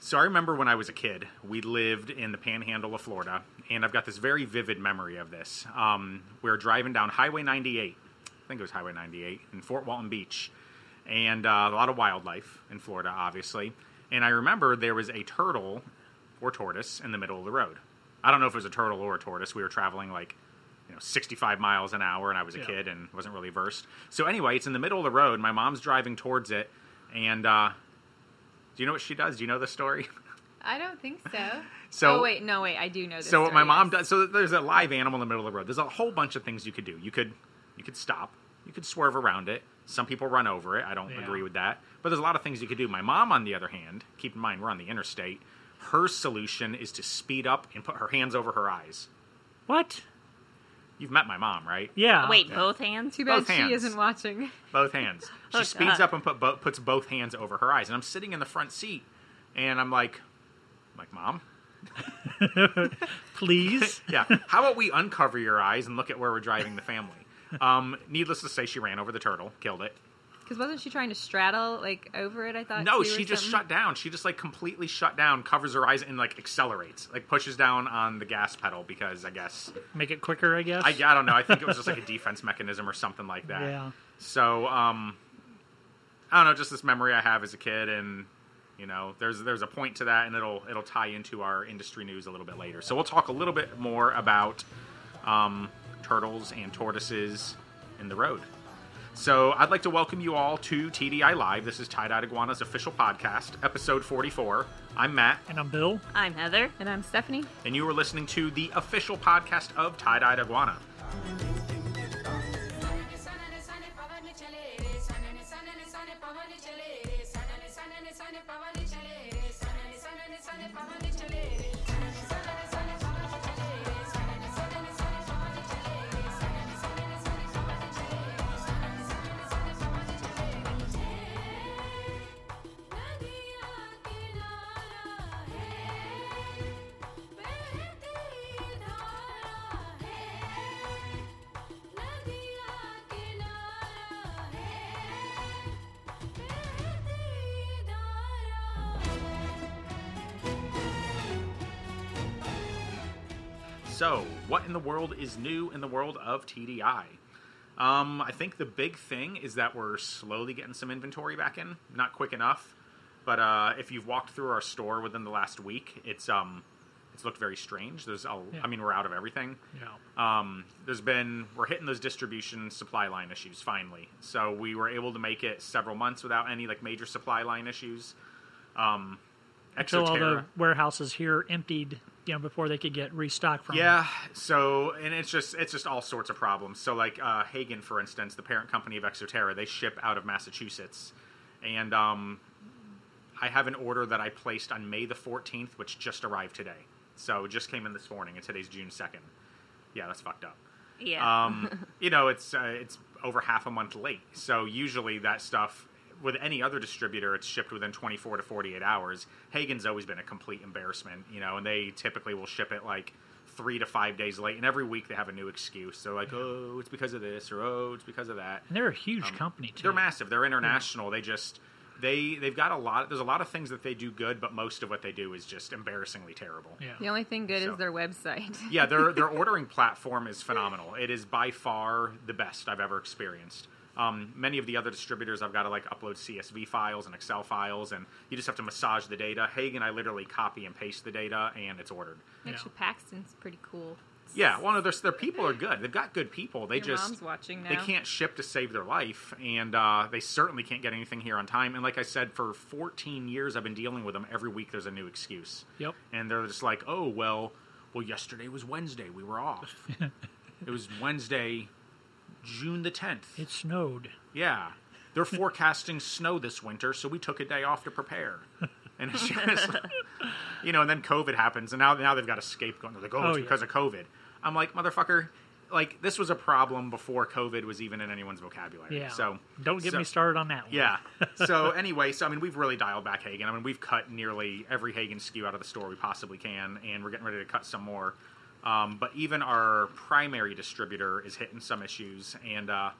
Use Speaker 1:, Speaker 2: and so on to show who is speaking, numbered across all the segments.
Speaker 1: So I remember when I was a kid, we lived in the panhandle of Florida, and I've got this very vivid memory of this. Um, we were driving down Highway 98, I think it was Highway 98, in Fort Walton Beach, and uh, a lot of wildlife in Florida, obviously. And I remember there was a turtle or tortoise in the middle of the road. I don't know if it was a turtle or a tortoise. We were traveling like you know 65 miles an hour and i was a
Speaker 2: Yeah.
Speaker 1: kid and wasn't really versed so anyway it's in the middle of the road my mom's driving towards it and uh, do you know what she does do you know the story
Speaker 3: I don't think so.
Speaker 1: So-
Speaker 3: oh wait, no wait, I do know this.
Speaker 1: so what
Speaker 3: story,
Speaker 1: my mom
Speaker 3: yes.
Speaker 1: does so there's a live animal in the middle of the road there's a whole bunch of things you could do you could you could stop you could swerve around it some people run over it i don't
Speaker 2: Yeah.
Speaker 1: agree with that but there's a lot of things you could do my mom on the other hand keep in mind we're on the interstate her solution is to speed up and put her hands over her eyes
Speaker 2: What?
Speaker 1: you've met my mom right
Speaker 2: Yeah.
Speaker 4: Wait, both hands?
Speaker 3: Too bad
Speaker 1: both
Speaker 3: she
Speaker 1: hands.
Speaker 3: isn't watching.
Speaker 1: both hands. She
Speaker 4: Oh,
Speaker 1: speeds
Speaker 4: God.
Speaker 2: uh,
Speaker 1: up and put bo- puts both hands over her eyes, and I'm sitting in the front seat, and I'm like, I'm like mom,
Speaker 2: Please.
Speaker 1: yeah. How about we uncover your eyes and look at where we're driving the family? Um, needless to say, she ran over the turtle, killed it.
Speaker 3: Because wasn't she trying to straddle like over it? I thought.
Speaker 1: No,
Speaker 3: too, or
Speaker 1: she just
Speaker 3: something?
Speaker 1: shut down. She just like completely shut down, covers her eyes, and like accelerates, like pushes down on the gas pedal because I guess
Speaker 2: Make it quicker, I guess.
Speaker 1: I, I don't know. I think it was just like a defense mechanism or something like that.
Speaker 2: Yeah.
Speaker 1: So um, I don't know. Just this memory I have as a kid, and you know, there's there's a point to that, and it'll it'll tie into our industry news a little bit later. So we'll talk a little bit more about um, turtles and tortoises in the road. So I'd like to welcome you all to TDI Live. This is Tie Dye Iguana's official podcast, episode 44. I'm Matt,
Speaker 2: And I'm Bill.
Speaker 4: I'm Heather.
Speaker 3: And I'm Stephanie.
Speaker 1: and you are listening to the official podcast of Tie Dye Iguana.
Speaker 5: सनन सनन सन पवन चले रे सनन सनन सन पवन चले रे सनन सनन सन पवन चले रे सनन सनन सन पवन चले रे सनन सनन सन पवन चले रे सनन सनन सन पवन चले रे सनन सनन सन पवन चले रे सनन सनन सन पवन चले रे नदिया किनारा है बहती धारा है नदिया किनारा है बहती धारा
Speaker 1: So, what in the world is new in the world of TDI? Um, I think the big thing is that we're slowly getting some inventory back in. Not quick enough, but uh, if you've walked through our store within the last week, it's um, it's looked very strange. There's, a, I mean, we're out of everything.
Speaker 2: Yeah.
Speaker 1: Um, there's been we're hitting those distribution supply line issues finally. So we were able to make it several months without any like major supply line issues. Um,
Speaker 2: Till all
Speaker 1: Exoterra-
Speaker 2: the warehouses here emptied, you know, before they could get restocked from.
Speaker 1: Yeah. So, and it's just it's just all sorts of problems. So, like uh, Hagen, for instance, the parent company of Exoterra, they ship out of Massachusetts, and um, I have an order that I placed on May the fourteenth, which just arrived today. So, it just came in this morning, and today's June second. Yeah, that's fucked up.
Speaker 4: Yeah.
Speaker 1: Um, you know, it's uh, it's over half a month late. So usually that stuff with any other distributor, it's shipped within 24 to 48 hours. Hagen's always been a complete embarrassment, you know, and they typically will ship it like three to five days late, and every week they have a new excuse. So like, oh, it's because of this, or oh, it's because of that. Um,
Speaker 2: And they're a huge company too.
Speaker 1: They're massive. They're international. They just they they've got a lot. There's a lot of things that they do good, but most of what they do is just embarrassingly terrible.
Speaker 2: Yeah.
Speaker 3: The only thing good
Speaker 1: So-
Speaker 3: is their website.
Speaker 1: yeah, their their ordering platform is phenomenal. It is by far the best I've ever experienced. Um, many of the other distributors, I've got to like upload CSV files and Excel files, and you just have to massage the data. Hagen, I literally copy and paste the data, and it's ordered.
Speaker 3: Actually, Paxton's pretty cool.
Speaker 1: Yeah, well, no, their their people are good. They've got good people. They
Speaker 3: Your
Speaker 1: just
Speaker 3: mom's watching now.
Speaker 1: they can't ship to save their life, and uh, they certainly can't get anything here on time. And like I said, for 14 years, I've been dealing with them. Every week, there's a new excuse.
Speaker 2: Yep.
Speaker 1: And they're just like, "Oh well, well, yesterday was Wednesday. We were off. it was Wednesday, June the 10th.
Speaker 2: It snowed.
Speaker 1: yeah, they're forecasting snow this winter, so we took a day off to prepare." And it's just, you know, and then COVID happens, and now now they've got a scapegoat. They're like, "Oh,
Speaker 2: Oh,
Speaker 1: it's
Speaker 2: yeah.
Speaker 1: because of COVID." I'm like, "Motherfucker." Like this was a problem before COVID was even in anyone's vocabulary.
Speaker 2: Yeah.
Speaker 1: So
Speaker 2: don't get
Speaker 1: so-
Speaker 2: me started on that one.
Speaker 1: yeah. So anyway, so I mean, we've really dialed back Hagen. I mean, we've cut nearly every Hagen skew out of the store we possibly can, and we're getting ready to cut some more. Um, but even our primary distributor is hitting some issues, and uh,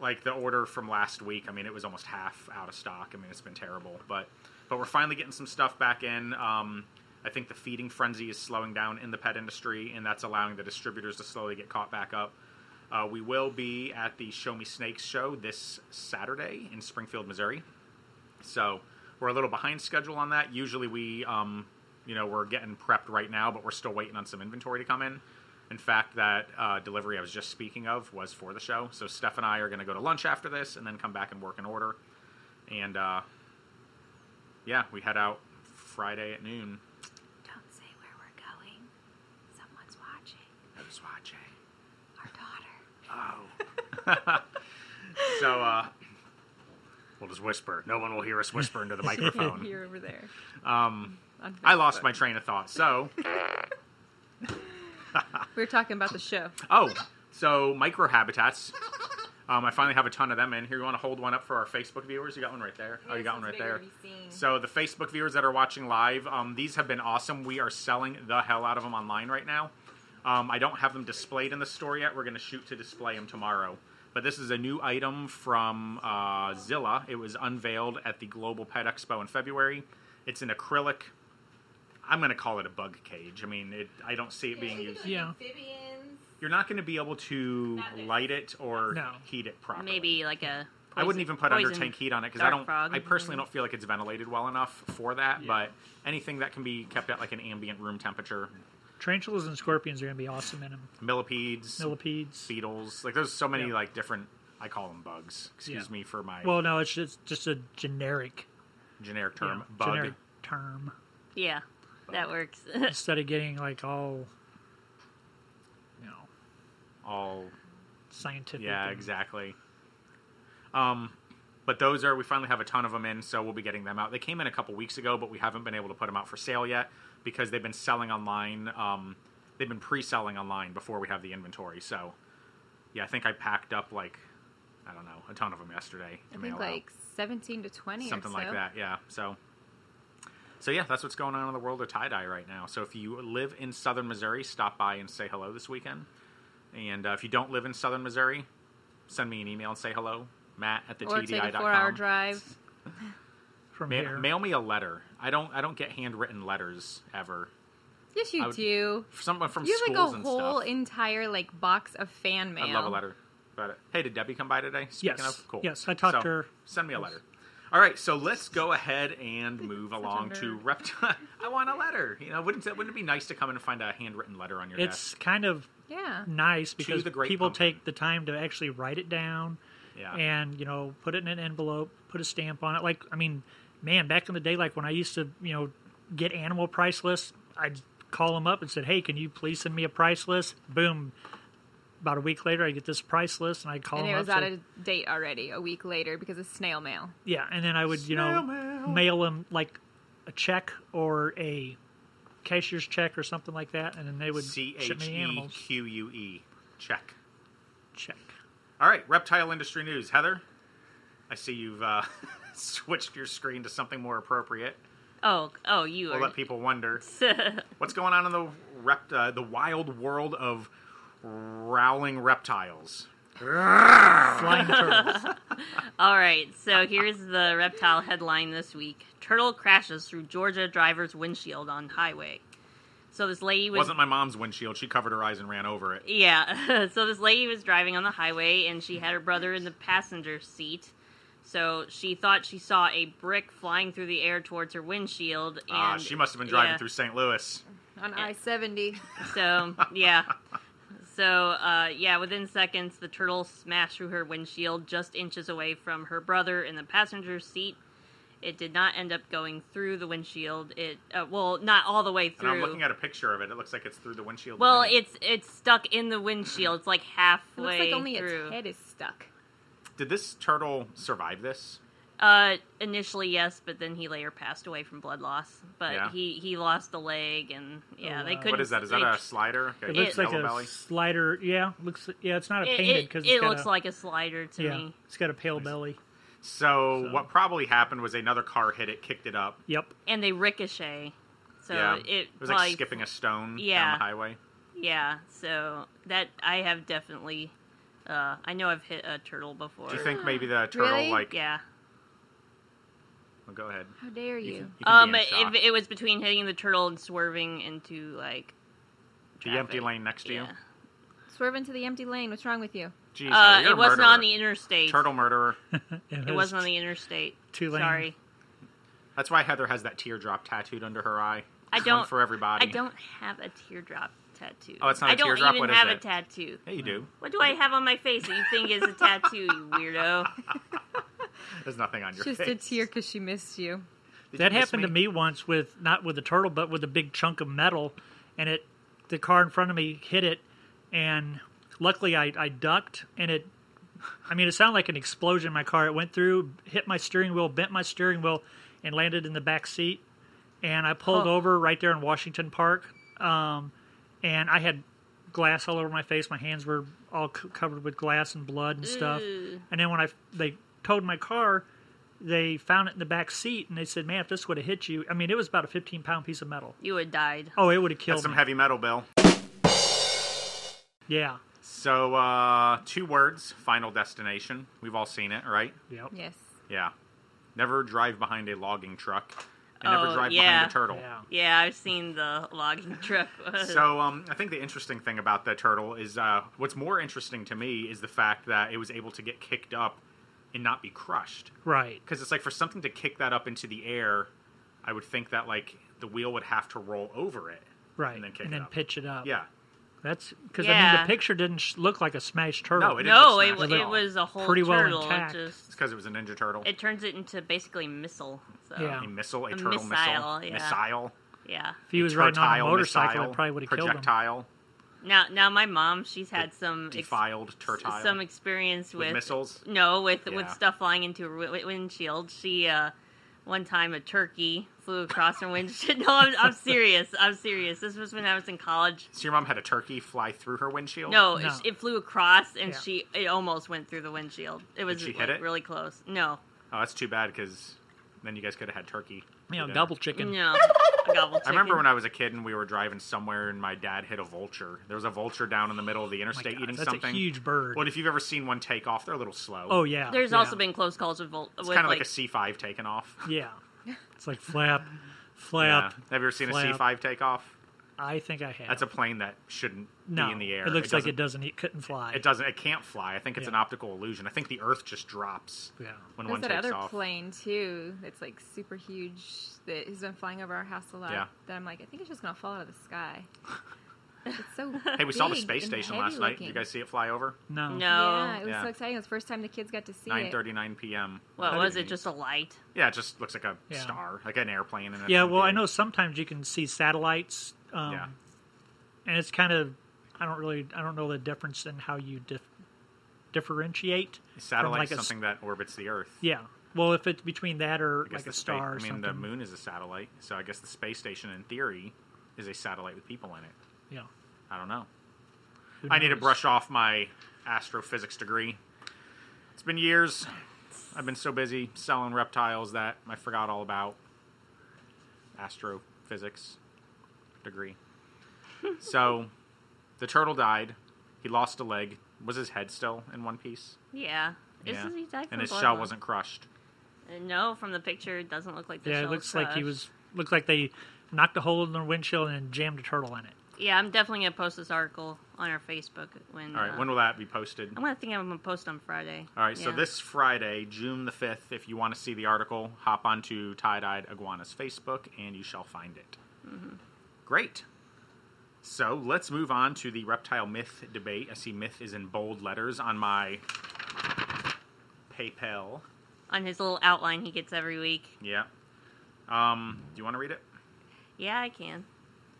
Speaker 1: like the order from last week, I mean, it was almost half out of stock. I mean, it's been terrible. But but we're finally getting some stuff back in. Um, I think the feeding frenzy is slowing down in the pet industry, and that's allowing the distributors to slowly get caught back up. Uh, we will be at the Show Me Snakes show this Saturday in Springfield, Missouri. So we're a little behind schedule on that. Usually we, um, you know, we're getting prepped right now, but we're still waiting on some inventory to come in. In fact, that uh, delivery I was just speaking of was for the show. So Steph and I are going to go to lunch after this and then come back and work an order. And uh, yeah, we head out Friday at noon.
Speaker 3: Don't say where we're going. Someone's watching.
Speaker 1: Who's watching?
Speaker 3: Our daughter.
Speaker 1: Oh. So uh, we'll just whisper. No one will hear us whisper into the microphone.
Speaker 3: Here over there. Um,
Speaker 1: Oh, I lost my train of thought. So,
Speaker 3: We were talking about the show.
Speaker 1: oh, so microhabitats. Um, I finally have a ton of them in here. You want to hold one up for our Facebook viewers? You got one right there. oh, you got one right there. So the Facebook viewers that are watching live, um, these have been awesome. We are selling the hell out of them online right now. Um, I don't have them displayed in the store yet. We're going to shoot to display them tomorrow. But this is a new item from uh, Zilla. It was unveiled at the Global Pet Expo in February. It's an acrylic. I'm going to call it a bug cage. I mean, it, I don't see it being used.
Speaker 2: Yeah.
Speaker 4: Amphibians.
Speaker 1: You're not going to be able to
Speaker 4: Not this.
Speaker 1: light it or
Speaker 2: No.
Speaker 1: heat it properly.
Speaker 6: Maybe like a.
Speaker 1: I wouldn't even
Speaker 6: poison-
Speaker 1: put under
Speaker 6: poison
Speaker 1: tank heat on it because I
Speaker 6: dart
Speaker 1: don't.
Speaker 6: frog.
Speaker 1: I personally don't feel like it's ventilated well enough for that.
Speaker 7: Yeah.
Speaker 1: But anything that can be kept at like an ambient room temperature,
Speaker 2: Tarantulas and scorpions are going to be awesome in them.
Speaker 1: millipedes,
Speaker 2: Millipedes.
Speaker 1: beetles, like there's so many
Speaker 2: Yeah.
Speaker 1: like different. I call them bugs. Excuse
Speaker 2: Yeah.
Speaker 1: me for my
Speaker 2: Well, no, it's just, just a generic
Speaker 1: generic term.
Speaker 2: yeah,
Speaker 1: bug.
Speaker 2: generic term
Speaker 6: Yeah, that works.
Speaker 2: instead of getting like all, you know,
Speaker 1: All.
Speaker 2: scientific.
Speaker 1: Yeah,
Speaker 2: and-
Speaker 1: exactly. Um, but those are we finally have a ton of them in, so we'll be getting them out. They came in a couple weeks ago, but we haven't been able to put them out for sale yet because they've been selling online. Um, they've been pre-selling online before we have the inventory. So, yeah, I think I packed up like I don't know a ton of them yesterday. To
Speaker 3: I
Speaker 1: mail
Speaker 3: think
Speaker 1: out.
Speaker 3: like 17 to 20
Speaker 1: something
Speaker 3: or so.
Speaker 1: like that. Yeah. So, so yeah, that's what's going on in the world of tie dye right now. So if you live in Southern Missouri, stop by and say hello this weekend. And uh, if you don't live in Southern Missouri, send me an email and say hello, Matt at the
Speaker 3: Or take a four-hour drive.
Speaker 2: From
Speaker 1: Ma-
Speaker 2: here.
Speaker 1: mail me a letter. I don't. I don't get handwritten letters ever.
Speaker 3: Yes, you
Speaker 1: I would-
Speaker 3: do.
Speaker 1: Someone from
Speaker 3: You have
Speaker 1: schools
Speaker 3: like a
Speaker 1: and
Speaker 3: whole
Speaker 1: stuff.
Speaker 3: entire like box of fan mail.
Speaker 1: I'd love a letter. But hey, did Debbie come by today? Speaking
Speaker 2: Yes.
Speaker 1: of, cool.
Speaker 2: Yes, I talked
Speaker 1: So,
Speaker 2: to her.
Speaker 1: Send me a letter. All right, so let's go ahead and move along to
Speaker 3: nerd.
Speaker 1: reptile. I want a letter. You know, wouldn't it, wouldn't it be nice to come in and find a handwritten letter on your
Speaker 2: It's kind of
Speaker 3: Yeah.
Speaker 2: nice because
Speaker 1: the great
Speaker 2: people
Speaker 1: pumpkin.
Speaker 2: take the time to actually write it down
Speaker 1: desk? Yeah.
Speaker 2: and you know put it in an envelope, put a stamp on it. Like I mean, man, back in the day, like when I used to you know get animal price lists, I'd call them up and said, "Hey, can you please send me a price list?" Boom. About a week later, I get this price list, and I call
Speaker 3: And
Speaker 2: them
Speaker 3: it was
Speaker 2: up.
Speaker 3: out
Speaker 2: say,
Speaker 3: of date already a week later because it's snail mail.
Speaker 2: Yeah, and then I would, you know,
Speaker 1: Snail mail.
Speaker 2: mail them like a check or a cashier's check or something like that, and then they would
Speaker 1: C
Speaker 2: ship
Speaker 1: H
Speaker 2: me
Speaker 1: E
Speaker 2: animals.
Speaker 1: Q U E. Check.
Speaker 2: Check.
Speaker 1: All right, reptile industry news. Heather, I see you've uh, switched your screen to something more appropriate.
Speaker 6: oh, oh, you
Speaker 1: We'll
Speaker 6: are.
Speaker 1: let people wonder what's going on in the rept- uh, the wild world of rowling reptiles.
Speaker 2: Flying turtles.
Speaker 6: All right, so here's the reptile headline this week: Turtle crashes through Georgia driver's windshield on highway. So this lady was
Speaker 1: wasn't my mom's windshield. She covered her eyes and ran over it.
Speaker 6: Yeah. so this lady was driving on the highway and she had her brother in the passenger seat. So she thought she saw a brick flying through the air towards her windshield. And,
Speaker 1: Ah, she must have been driving
Speaker 6: yeah.
Speaker 1: through St. Louis.
Speaker 3: On I 70.
Speaker 6: So yeah. So uh, yeah, within seconds, the turtle smashed through her windshield, just inches away from her brother in the passenger seat. It did not end up going through the windshield. It uh, well, not all the way
Speaker 1: And
Speaker 6: through.
Speaker 1: I'm looking at a picture of it. It looks like it's through the windshield.
Speaker 6: well,
Speaker 1: lane.
Speaker 6: it's it's stuck in the windshield. It's like
Speaker 3: It
Speaker 6: halfway
Speaker 3: looks like only
Speaker 6: through.
Speaker 3: its head is stuck.
Speaker 1: did this turtle survive this?
Speaker 6: Uh, initially yes, but then he later passed away from blood loss. But
Speaker 1: Yeah.
Speaker 6: he he lost a leg, and yeah,
Speaker 2: Oh,
Speaker 6: they
Speaker 2: wow.
Speaker 6: couldn't.
Speaker 1: What is that? Is that
Speaker 6: they-
Speaker 1: a slider?
Speaker 2: It
Speaker 1: Okay,
Speaker 2: looks like
Speaker 1: yellow
Speaker 2: a
Speaker 1: belly.
Speaker 2: slider. Yeah, looks. Yeah, it's not a
Speaker 6: It,
Speaker 2: painted
Speaker 6: it,
Speaker 2: because
Speaker 6: it looks like a slider to
Speaker 2: yeah,
Speaker 6: me.
Speaker 2: it's got a pale belly.
Speaker 1: So,
Speaker 2: So-
Speaker 1: what probably happened was another car hit it, kicked it up.
Speaker 2: Yep.
Speaker 6: And they ricochet, so
Speaker 1: yeah,
Speaker 6: it,
Speaker 1: was
Speaker 6: probably-
Speaker 1: like skipping a stone down
Speaker 6: Yeah.
Speaker 1: the highway.
Speaker 6: Yeah, so that I have definitely. Uh, I know I've hit a turtle before.
Speaker 1: Do you think maybe the turtle
Speaker 3: Really?
Speaker 1: like
Speaker 6: Yeah.
Speaker 1: Well, go ahead.
Speaker 3: How dare you?
Speaker 1: can- you can
Speaker 6: Um,
Speaker 1: be in
Speaker 6: if
Speaker 1: shock.
Speaker 6: it was between hitting the turtle and swerving into like
Speaker 1: the empty
Speaker 6: traffic.
Speaker 1: lane next to you.
Speaker 6: yeah.
Speaker 3: Swerve into the empty lane. What's wrong with you?
Speaker 1: Jeez,
Speaker 6: Uh,
Speaker 1: Ellie, you're
Speaker 6: it
Speaker 1: a
Speaker 6: wasn't
Speaker 1: murderer.
Speaker 6: on the interstate.
Speaker 1: turtle murderer.
Speaker 6: It wasn't on the interstate.
Speaker 2: Two lane.
Speaker 6: Sorry.
Speaker 1: That's why Heather has that teardrop tattooed under her eye.
Speaker 6: I
Speaker 1: One
Speaker 6: don't-
Speaker 1: for everybody.
Speaker 6: I don't have a teardrop tattoo.
Speaker 1: Oh, it's not a
Speaker 6: I don't
Speaker 1: teardrop?
Speaker 6: even
Speaker 1: What is
Speaker 6: have
Speaker 1: it?
Speaker 6: a tattoo.
Speaker 1: Yeah, you do.
Speaker 6: What do I have on my face that you think is a tattoo, you weirdo?
Speaker 1: There's nothing on your
Speaker 3: Just
Speaker 1: face.
Speaker 3: a tear because she missed you.
Speaker 1: Did
Speaker 2: That
Speaker 1: you miss
Speaker 2: happened to me once with not with a turtle, but with a big chunk of metal, and it the car in front of me hit it, and luckily I, I ducked, and it. I mean, it sounded like an explosion in my car. It went through, hit my steering wheel, bent my steering wheel, and landed in the back seat. And I pulled
Speaker 6: Huh.
Speaker 2: over right there in Washington Park, um, and I had glass all over my face. My hands were all c- covered with glass and blood and stuff.
Speaker 6: Ew.
Speaker 2: And then when I they towed my car, they found it in the back seat and they said, "Man, if this would have hit you, I mean, it was about a 15 pound piece of metal.
Speaker 6: You had died.
Speaker 2: Oh, it would have killed
Speaker 1: That's some
Speaker 2: me.
Speaker 1: heavy metal, Bill.
Speaker 2: yeah,
Speaker 1: So, uh, two words. Final destination. We've all seen it, right?
Speaker 2: yep.
Speaker 3: Yes.
Speaker 1: Yeah. Never drive behind a logging truck. And never
Speaker 6: Oh,
Speaker 1: drive
Speaker 6: yeah.
Speaker 1: behind a turtle.
Speaker 2: yeah.
Speaker 6: Yeah, I've seen the logging truck.
Speaker 1: So um, I think the interesting thing about the turtle is uh, what's more interesting to me is the fact that it was able to get kicked up and not be crushed.
Speaker 2: Right.
Speaker 1: Because it's like for something to kick that up into the air, I would think that like the wheel would have to roll over it.
Speaker 2: Right.
Speaker 1: And then kick it up.
Speaker 2: pitch it up.
Speaker 1: Yeah.
Speaker 2: That's because I mean
Speaker 6: Yeah.
Speaker 2: the picture didn't sh- look like a smashed turtle.
Speaker 1: No, it didn't.
Speaker 6: no,
Speaker 1: get
Speaker 6: it,
Speaker 1: smashed
Speaker 6: it
Speaker 1: at all.
Speaker 6: was a whole
Speaker 2: Pretty well
Speaker 6: turtle.
Speaker 2: intact.
Speaker 6: it
Speaker 1: It's
Speaker 6: just
Speaker 1: because it was a ninja turtle.
Speaker 6: it turns it into basically missile. So
Speaker 2: Yeah.
Speaker 1: a missile, a,
Speaker 6: A
Speaker 1: turtle missile.
Speaker 6: missile, yeah.
Speaker 1: Missile.
Speaker 6: yeah.
Speaker 2: if he was riding on a
Speaker 1: Turtile,
Speaker 2: motorcycle,
Speaker 1: missile,
Speaker 2: it probably would have killed him.
Speaker 1: Projectile.
Speaker 6: Now now my mom, she's had some ex-
Speaker 1: Defiled turtile.
Speaker 6: some experience
Speaker 1: With
Speaker 6: with,
Speaker 1: missiles?
Speaker 6: No, with with
Speaker 1: Yeah.
Speaker 6: stuff flying into her wi- windshield. She uh, one time a turkey flew across her windshield. No, I'm, I'm serious. I'm serious. This was when I was in college.
Speaker 1: so your mom had a turkey fly through her windshield?
Speaker 6: No,
Speaker 2: No.
Speaker 6: It, it flew across, and
Speaker 2: Yeah.
Speaker 6: she it almost went through the windshield. It was
Speaker 1: she hit
Speaker 6: like,
Speaker 1: it?
Speaker 6: really close. No,
Speaker 1: Oh, that's too bad because then you guys could have had turkey. for
Speaker 2: You know,
Speaker 1: dinner.
Speaker 2: double chicken.
Speaker 6: no. A gobble
Speaker 1: I remember when I was a kid and we were driving somewhere and my dad hit a vulture. There was a vulture down in the middle
Speaker 6: Oh
Speaker 1: of the
Speaker 2: My
Speaker 1: interstate
Speaker 2: God,
Speaker 1: eating
Speaker 2: that's
Speaker 1: something.
Speaker 2: a huge bird.
Speaker 1: Well, if you've ever seen one take off, they're a little slow.
Speaker 2: oh yeah.
Speaker 6: There's
Speaker 2: yeah.
Speaker 6: also been close calls with Volt.
Speaker 1: it's
Speaker 6: with,
Speaker 1: kind of like,
Speaker 6: like
Speaker 1: a C5 taking off.
Speaker 2: yeah. It's like flap,
Speaker 1: Yeah.
Speaker 2: flap.
Speaker 1: Have you ever seen a
Speaker 2: flap.
Speaker 1: C5 take off?
Speaker 2: I think I have.
Speaker 1: That's a plane that shouldn't
Speaker 2: no.
Speaker 1: be in the air.
Speaker 2: It looks like it
Speaker 1: doesn't-
Speaker 2: doesn't. It couldn't fly.
Speaker 1: It doesn't. It can't fly. I think it's
Speaker 2: Yeah.
Speaker 1: an optical illusion. I think the Earth just drops
Speaker 2: Yeah.
Speaker 1: when
Speaker 3: There's
Speaker 1: one
Speaker 3: that
Speaker 1: takes
Speaker 3: other
Speaker 1: off.
Speaker 3: plane too. That's like super huge. That has been flying over our house a lot.
Speaker 1: Yeah.
Speaker 3: That I'm like, I think it's just gonna fall out of the sky. It's so.
Speaker 1: Hey, we saw the
Speaker 3: big
Speaker 1: space
Speaker 3: and
Speaker 1: station
Speaker 3: heavy
Speaker 1: last night. Did you
Speaker 3: looking.
Speaker 1: guys see it fly over?
Speaker 2: No.
Speaker 6: no.
Speaker 3: Yeah, it was
Speaker 1: Yeah.
Speaker 3: so exciting. It was the first time the kids got to see it.
Speaker 1: 9:39 p.m.
Speaker 6: What
Speaker 1: That'd
Speaker 6: was
Speaker 1: be
Speaker 6: it?
Speaker 1: neat.
Speaker 6: Just a light.
Speaker 1: yeah, it just looks like a
Speaker 2: Yeah.
Speaker 1: star, like an airplane. And
Speaker 2: Yeah,
Speaker 1: everything.
Speaker 2: well, I know sometimes you can see satellites, um,
Speaker 1: Yeah.
Speaker 2: and it's kind of I don't really I don't know the difference in how you dif- differentiate
Speaker 1: Satellite's
Speaker 2: from like a s-
Speaker 1: something that orbits the Earth.
Speaker 2: yeah, well, if it's between that or
Speaker 1: I guess
Speaker 2: like
Speaker 1: the
Speaker 2: a
Speaker 1: spa-
Speaker 2: star, or
Speaker 1: I mean,
Speaker 2: something.
Speaker 1: the moon is a satellite, so I guess the space station, in theory, is a satellite with people in it.
Speaker 2: Yeah,
Speaker 1: I don't know.
Speaker 2: Who
Speaker 1: I need to
Speaker 2: knows?
Speaker 1: brush off my astrophysics degree. It's been years. I've been so busy selling reptiles that I forgot all about astrophysics degree. so, the turtle died. He lost a leg. Was his head still in one piece?
Speaker 6: Yeah. This is he died from
Speaker 1: and his
Speaker 6: blood
Speaker 1: shell
Speaker 6: loss.
Speaker 1: wasn't crushed.
Speaker 6: Uh, No, from the picture, it doesn't look like the
Speaker 2: yeah. It
Speaker 6: shell
Speaker 2: looks like he
Speaker 6: crushed.
Speaker 2: was looked like they knocked a hole in their windshield and jammed a turtle in it.
Speaker 6: Yeah, I'm definitely gonna post this article on our Facebook when.
Speaker 1: All right,
Speaker 6: uh,
Speaker 1: when will that be posted?
Speaker 6: I'm gonna think I'm gonna post on Friday.
Speaker 1: All right, so
Speaker 6: Yeah.
Speaker 1: this Friday, June the 5th, if you want to see the article, hop onto Tie Dyed Iguana's Facebook and you shall find it.
Speaker 6: Mm-hmm.
Speaker 1: Great. So let's move on to the reptile myth debate. I see myth is in bold letters on my PayPal.
Speaker 6: on his little outline he gets every week.
Speaker 1: Yeah. Um, do you want to read it?
Speaker 6: Yeah, I can.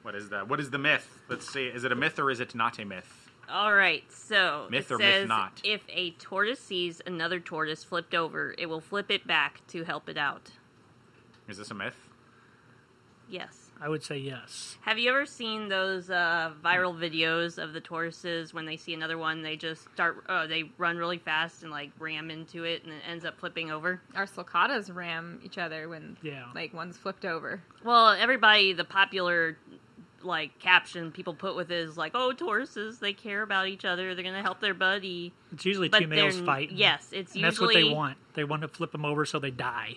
Speaker 1: What is the what is the myth? Let's see. Is it a myth or is it not a myth?
Speaker 6: All right, so
Speaker 1: Myth
Speaker 6: it
Speaker 1: or myth
Speaker 6: says
Speaker 1: not?
Speaker 6: if a tortoise sees another tortoise flipped over, it will flip it back to help it out.
Speaker 1: Is this a myth?
Speaker 6: Yes.
Speaker 2: I would say yes.
Speaker 6: Have you ever seen those uh, viral videos of the tortoises when they see another one, they just start, oh, they run really fast and like ram into it, and it ends up flipping over?
Speaker 3: Our sulcatas ram each other when
Speaker 2: Yeah.
Speaker 3: like one's flipped over.
Speaker 6: Well, everybody, the popular like caption people put with it is like, "Oh, tortoises, they care about each other. They're gonna help their buddy."
Speaker 2: It's usually
Speaker 6: But
Speaker 2: two males
Speaker 6: they're-
Speaker 2: fighting.
Speaker 6: Yes, it's
Speaker 2: and
Speaker 6: usually
Speaker 2: that's what they want. They want to flip them over so they die.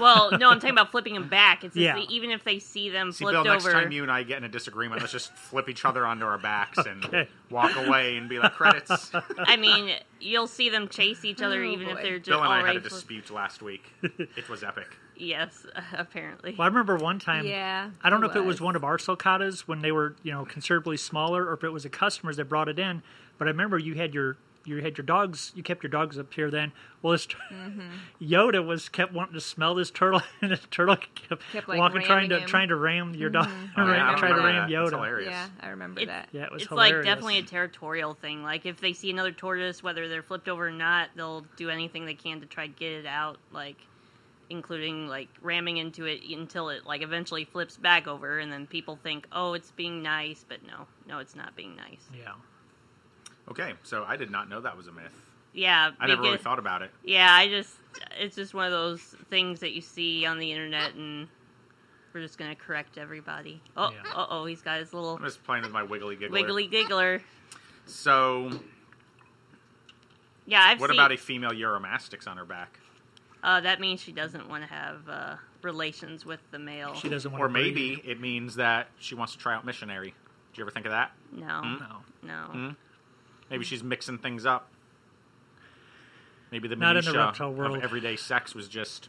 Speaker 6: Well, no, I'm talking about flipping them back. It's just
Speaker 2: Yeah.
Speaker 6: that even if they see them
Speaker 1: See,
Speaker 6: flipped
Speaker 1: Bill, next
Speaker 6: over.
Speaker 1: time you and I get in a disagreement, let's just flip each other onto our backs and
Speaker 2: Okay.
Speaker 1: walk away and be like, credits.
Speaker 6: I mean, you'll see them chase each other,
Speaker 3: Oh,
Speaker 6: even if
Speaker 3: boy.
Speaker 6: they're just
Speaker 1: Bill and I had
Speaker 6: already.
Speaker 1: a dispute last week. It was epic.
Speaker 6: yes, apparently.
Speaker 2: Well, I remember one time.
Speaker 3: Yeah.
Speaker 2: I don't know if it was one of our sulcatas when they were, you know, considerably smaller, or if it was a customer's that brought it in. But I remember you had your you had your dogs. You kept your dogs up here then. Well, this tur-
Speaker 6: Mm-hmm.
Speaker 2: Yoda was kept wanting to smell this turtle, and the turtle kept,
Speaker 3: Kept, like,
Speaker 2: walking, trying to
Speaker 3: ramming him.
Speaker 2: trying to ram your dog,
Speaker 1: Oh, yeah, I
Speaker 2: ram,
Speaker 1: don't
Speaker 2: trying to
Speaker 1: remember
Speaker 2: ram
Speaker 1: that. That's
Speaker 2: Yoda.
Speaker 1: hilarious.
Speaker 3: Yeah, I remember
Speaker 6: It's-
Speaker 3: that.
Speaker 2: Yeah, it was
Speaker 6: Mm-hmm. it's
Speaker 2: hilarious.
Speaker 6: like definitely a territorial thing. Like if they see another tortoise, whether they're flipped over or not, they'll do anything they can to try to get it out. Like including like ramming into it until it like eventually flips back over, and then people think, oh, it's being nice, but no, no, it's not being nice.
Speaker 2: yeah.
Speaker 1: Okay, so I did not know that was a myth.
Speaker 6: Yeah,
Speaker 1: I never really
Speaker 6: because-
Speaker 1: thought about it.
Speaker 6: Yeah, I just it's just one of those things that you see on the internet, and we're just gonna correct everybody. Oh,
Speaker 2: Yeah.
Speaker 6: uh oh, he's got his little
Speaker 1: I'm just playing with my wiggly giggler.
Speaker 6: wiggly giggler.
Speaker 1: So,
Speaker 6: Yeah, I've
Speaker 1: what
Speaker 6: seen.
Speaker 1: about a female Euromastix on her back?
Speaker 6: Uh, that means she doesn't want to have uh, relations with the male.
Speaker 2: She doesn't want.
Speaker 1: Or
Speaker 2: to
Speaker 1: maybe it means that she wants to try out missionary. Did you ever think of that?
Speaker 6: No,
Speaker 2: No.
Speaker 6: no.
Speaker 1: Hmm? Maybe she's mixing things up. Maybe the
Speaker 2: Not in the
Speaker 1: minutia
Speaker 2: reptile world.
Speaker 1: of everyday sex was just.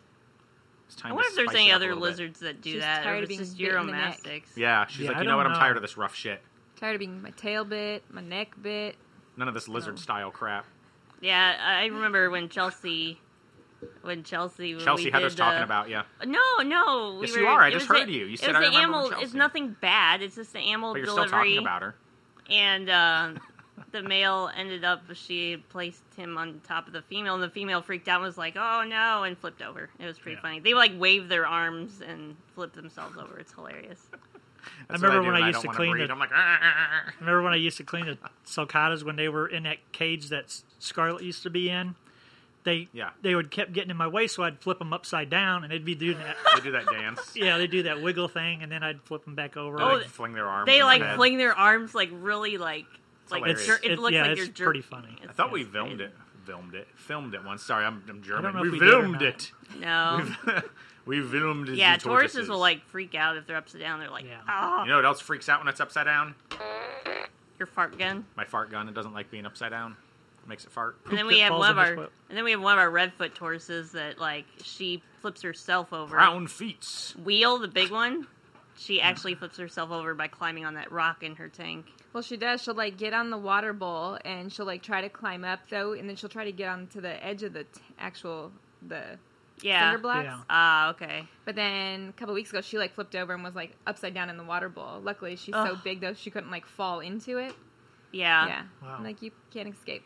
Speaker 1: It's time
Speaker 6: I
Speaker 1: to
Speaker 6: wonder if there's
Speaker 1: spice it
Speaker 6: any
Speaker 1: up a
Speaker 6: other
Speaker 1: little bit.
Speaker 6: lizards that do
Speaker 3: She's
Speaker 6: that, or
Speaker 3: tired
Speaker 6: if
Speaker 3: of
Speaker 6: it's
Speaker 3: being
Speaker 6: just
Speaker 3: bit in the neck.
Speaker 6: uromastics.
Speaker 1: Yeah, she's
Speaker 2: Yeah,
Speaker 1: like,
Speaker 2: I
Speaker 1: you know
Speaker 2: don't
Speaker 1: what? I'm
Speaker 2: know.
Speaker 1: tired of this rough shit.
Speaker 3: Tired of being my tail bit, my neck bit.
Speaker 1: None of this lizard style crap.
Speaker 6: Yeah, I I remember when Chelsea, when Chelsea, when
Speaker 1: Chelsea
Speaker 6: we
Speaker 1: Heather's
Speaker 6: did,
Speaker 1: talking
Speaker 6: uh,
Speaker 1: about you.
Speaker 6: No, no. We
Speaker 1: Yes,
Speaker 6: were,
Speaker 1: you are. I
Speaker 6: it
Speaker 1: just
Speaker 6: was
Speaker 1: heard
Speaker 6: the-
Speaker 1: you. You
Speaker 6: it
Speaker 1: said,
Speaker 6: was
Speaker 1: "I
Speaker 6: the
Speaker 1: remember when
Speaker 6: animal. It's
Speaker 1: Chelsea-"
Speaker 6: nothing bad. It's just the animal
Speaker 1: But you're
Speaker 6: delivery.
Speaker 1: still talking about her.
Speaker 6: and uh, the male ended up she placed him on top of the female and the female freaked out and was like oh no and flipped over it was pretty
Speaker 2: Yeah.
Speaker 6: funny they like wave their arms and flip themselves over it's hilarious
Speaker 1: That's
Speaker 2: remember
Speaker 1: what I do
Speaker 2: when I
Speaker 1: I
Speaker 2: used
Speaker 1: don't
Speaker 2: to
Speaker 1: wanna
Speaker 2: clean
Speaker 1: breed.
Speaker 2: it.
Speaker 1: I'm like, "Ah."
Speaker 2: Remember when I used to clean the sulcatas when they were in that cage that S- Scarlet used to be in? They
Speaker 1: Yeah.
Speaker 2: they would kept getting in my way, so I'd flip them upside down, and they'd be doing that.
Speaker 1: they do that dance.
Speaker 2: yeah, they do that wiggle thing, and then I'd flip them back over.
Speaker 1: They,
Speaker 6: Oh,
Speaker 1: like, fling their arms.
Speaker 6: they
Speaker 1: in
Speaker 6: like
Speaker 1: the head.
Speaker 6: fling their arms like really like like
Speaker 1: hilarious.
Speaker 6: jer- it
Speaker 2: It-
Speaker 6: looks
Speaker 2: yeah,
Speaker 6: like
Speaker 2: it's
Speaker 6: you're jerking.
Speaker 2: pretty funny.
Speaker 1: I thought we filmed it. Filmed it. Filmed it once. Sorry, I'm, I'm German.
Speaker 2: know if
Speaker 1: we,
Speaker 2: we did or
Speaker 1: filmed
Speaker 2: not.
Speaker 1: it.
Speaker 6: no
Speaker 1: we filmed it.
Speaker 6: yeah
Speaker 1: you
Speaker 6: tortoises will
Speaker 1: tortoises.
Speaker 6: like freak out if they're upside down they're like
Speaker 2: Yeah.
Speaker 6: ah
Speaker 1: You know what else freaks out when it's upside down?
Speaker 6: your fart gun
Speaker 1: My fart gun. It doesn't like being upside down. It makes it fart.
Speaker 6: and then
Speaker 2: Poop
Speaker 6: we
Speaker 2: that
Speaker 6: have
Speaker 2: falls
Speaker 6: one of
Speaker 2: on his
Speaker 6: our
Speaker 2: foot.
Speaker 6: and then we have one of our redfoot tortoises that like she flips herself over
Speaker 1: Brown feet.
Speaker 6: Wheel, the big one, she actually flips herself over by climbing on that rock in her tank.
Speaker 3: Well, she does. She'll like get on the water bowl and she'll like try to climb up though, and then she'll try to get onto the edge of the t- actual the
Speaker 6: Yeah.
Speaker 3: cinder blocks.
Speaker 2: Yeah.
Speaker 6: Ah, okay.
Speaker 3: But then a couple weeks ago, she like flipped over and was like upside down in the water bowl. Luckily, she's so
Speaker 6: Ugh.
Speaker 3: big though she couldn't like fall into it.
Speaker 6: Yeah.
Speaker 3: yeah,
Speaker 2: Wow.
Speaker 3: like you can't escape.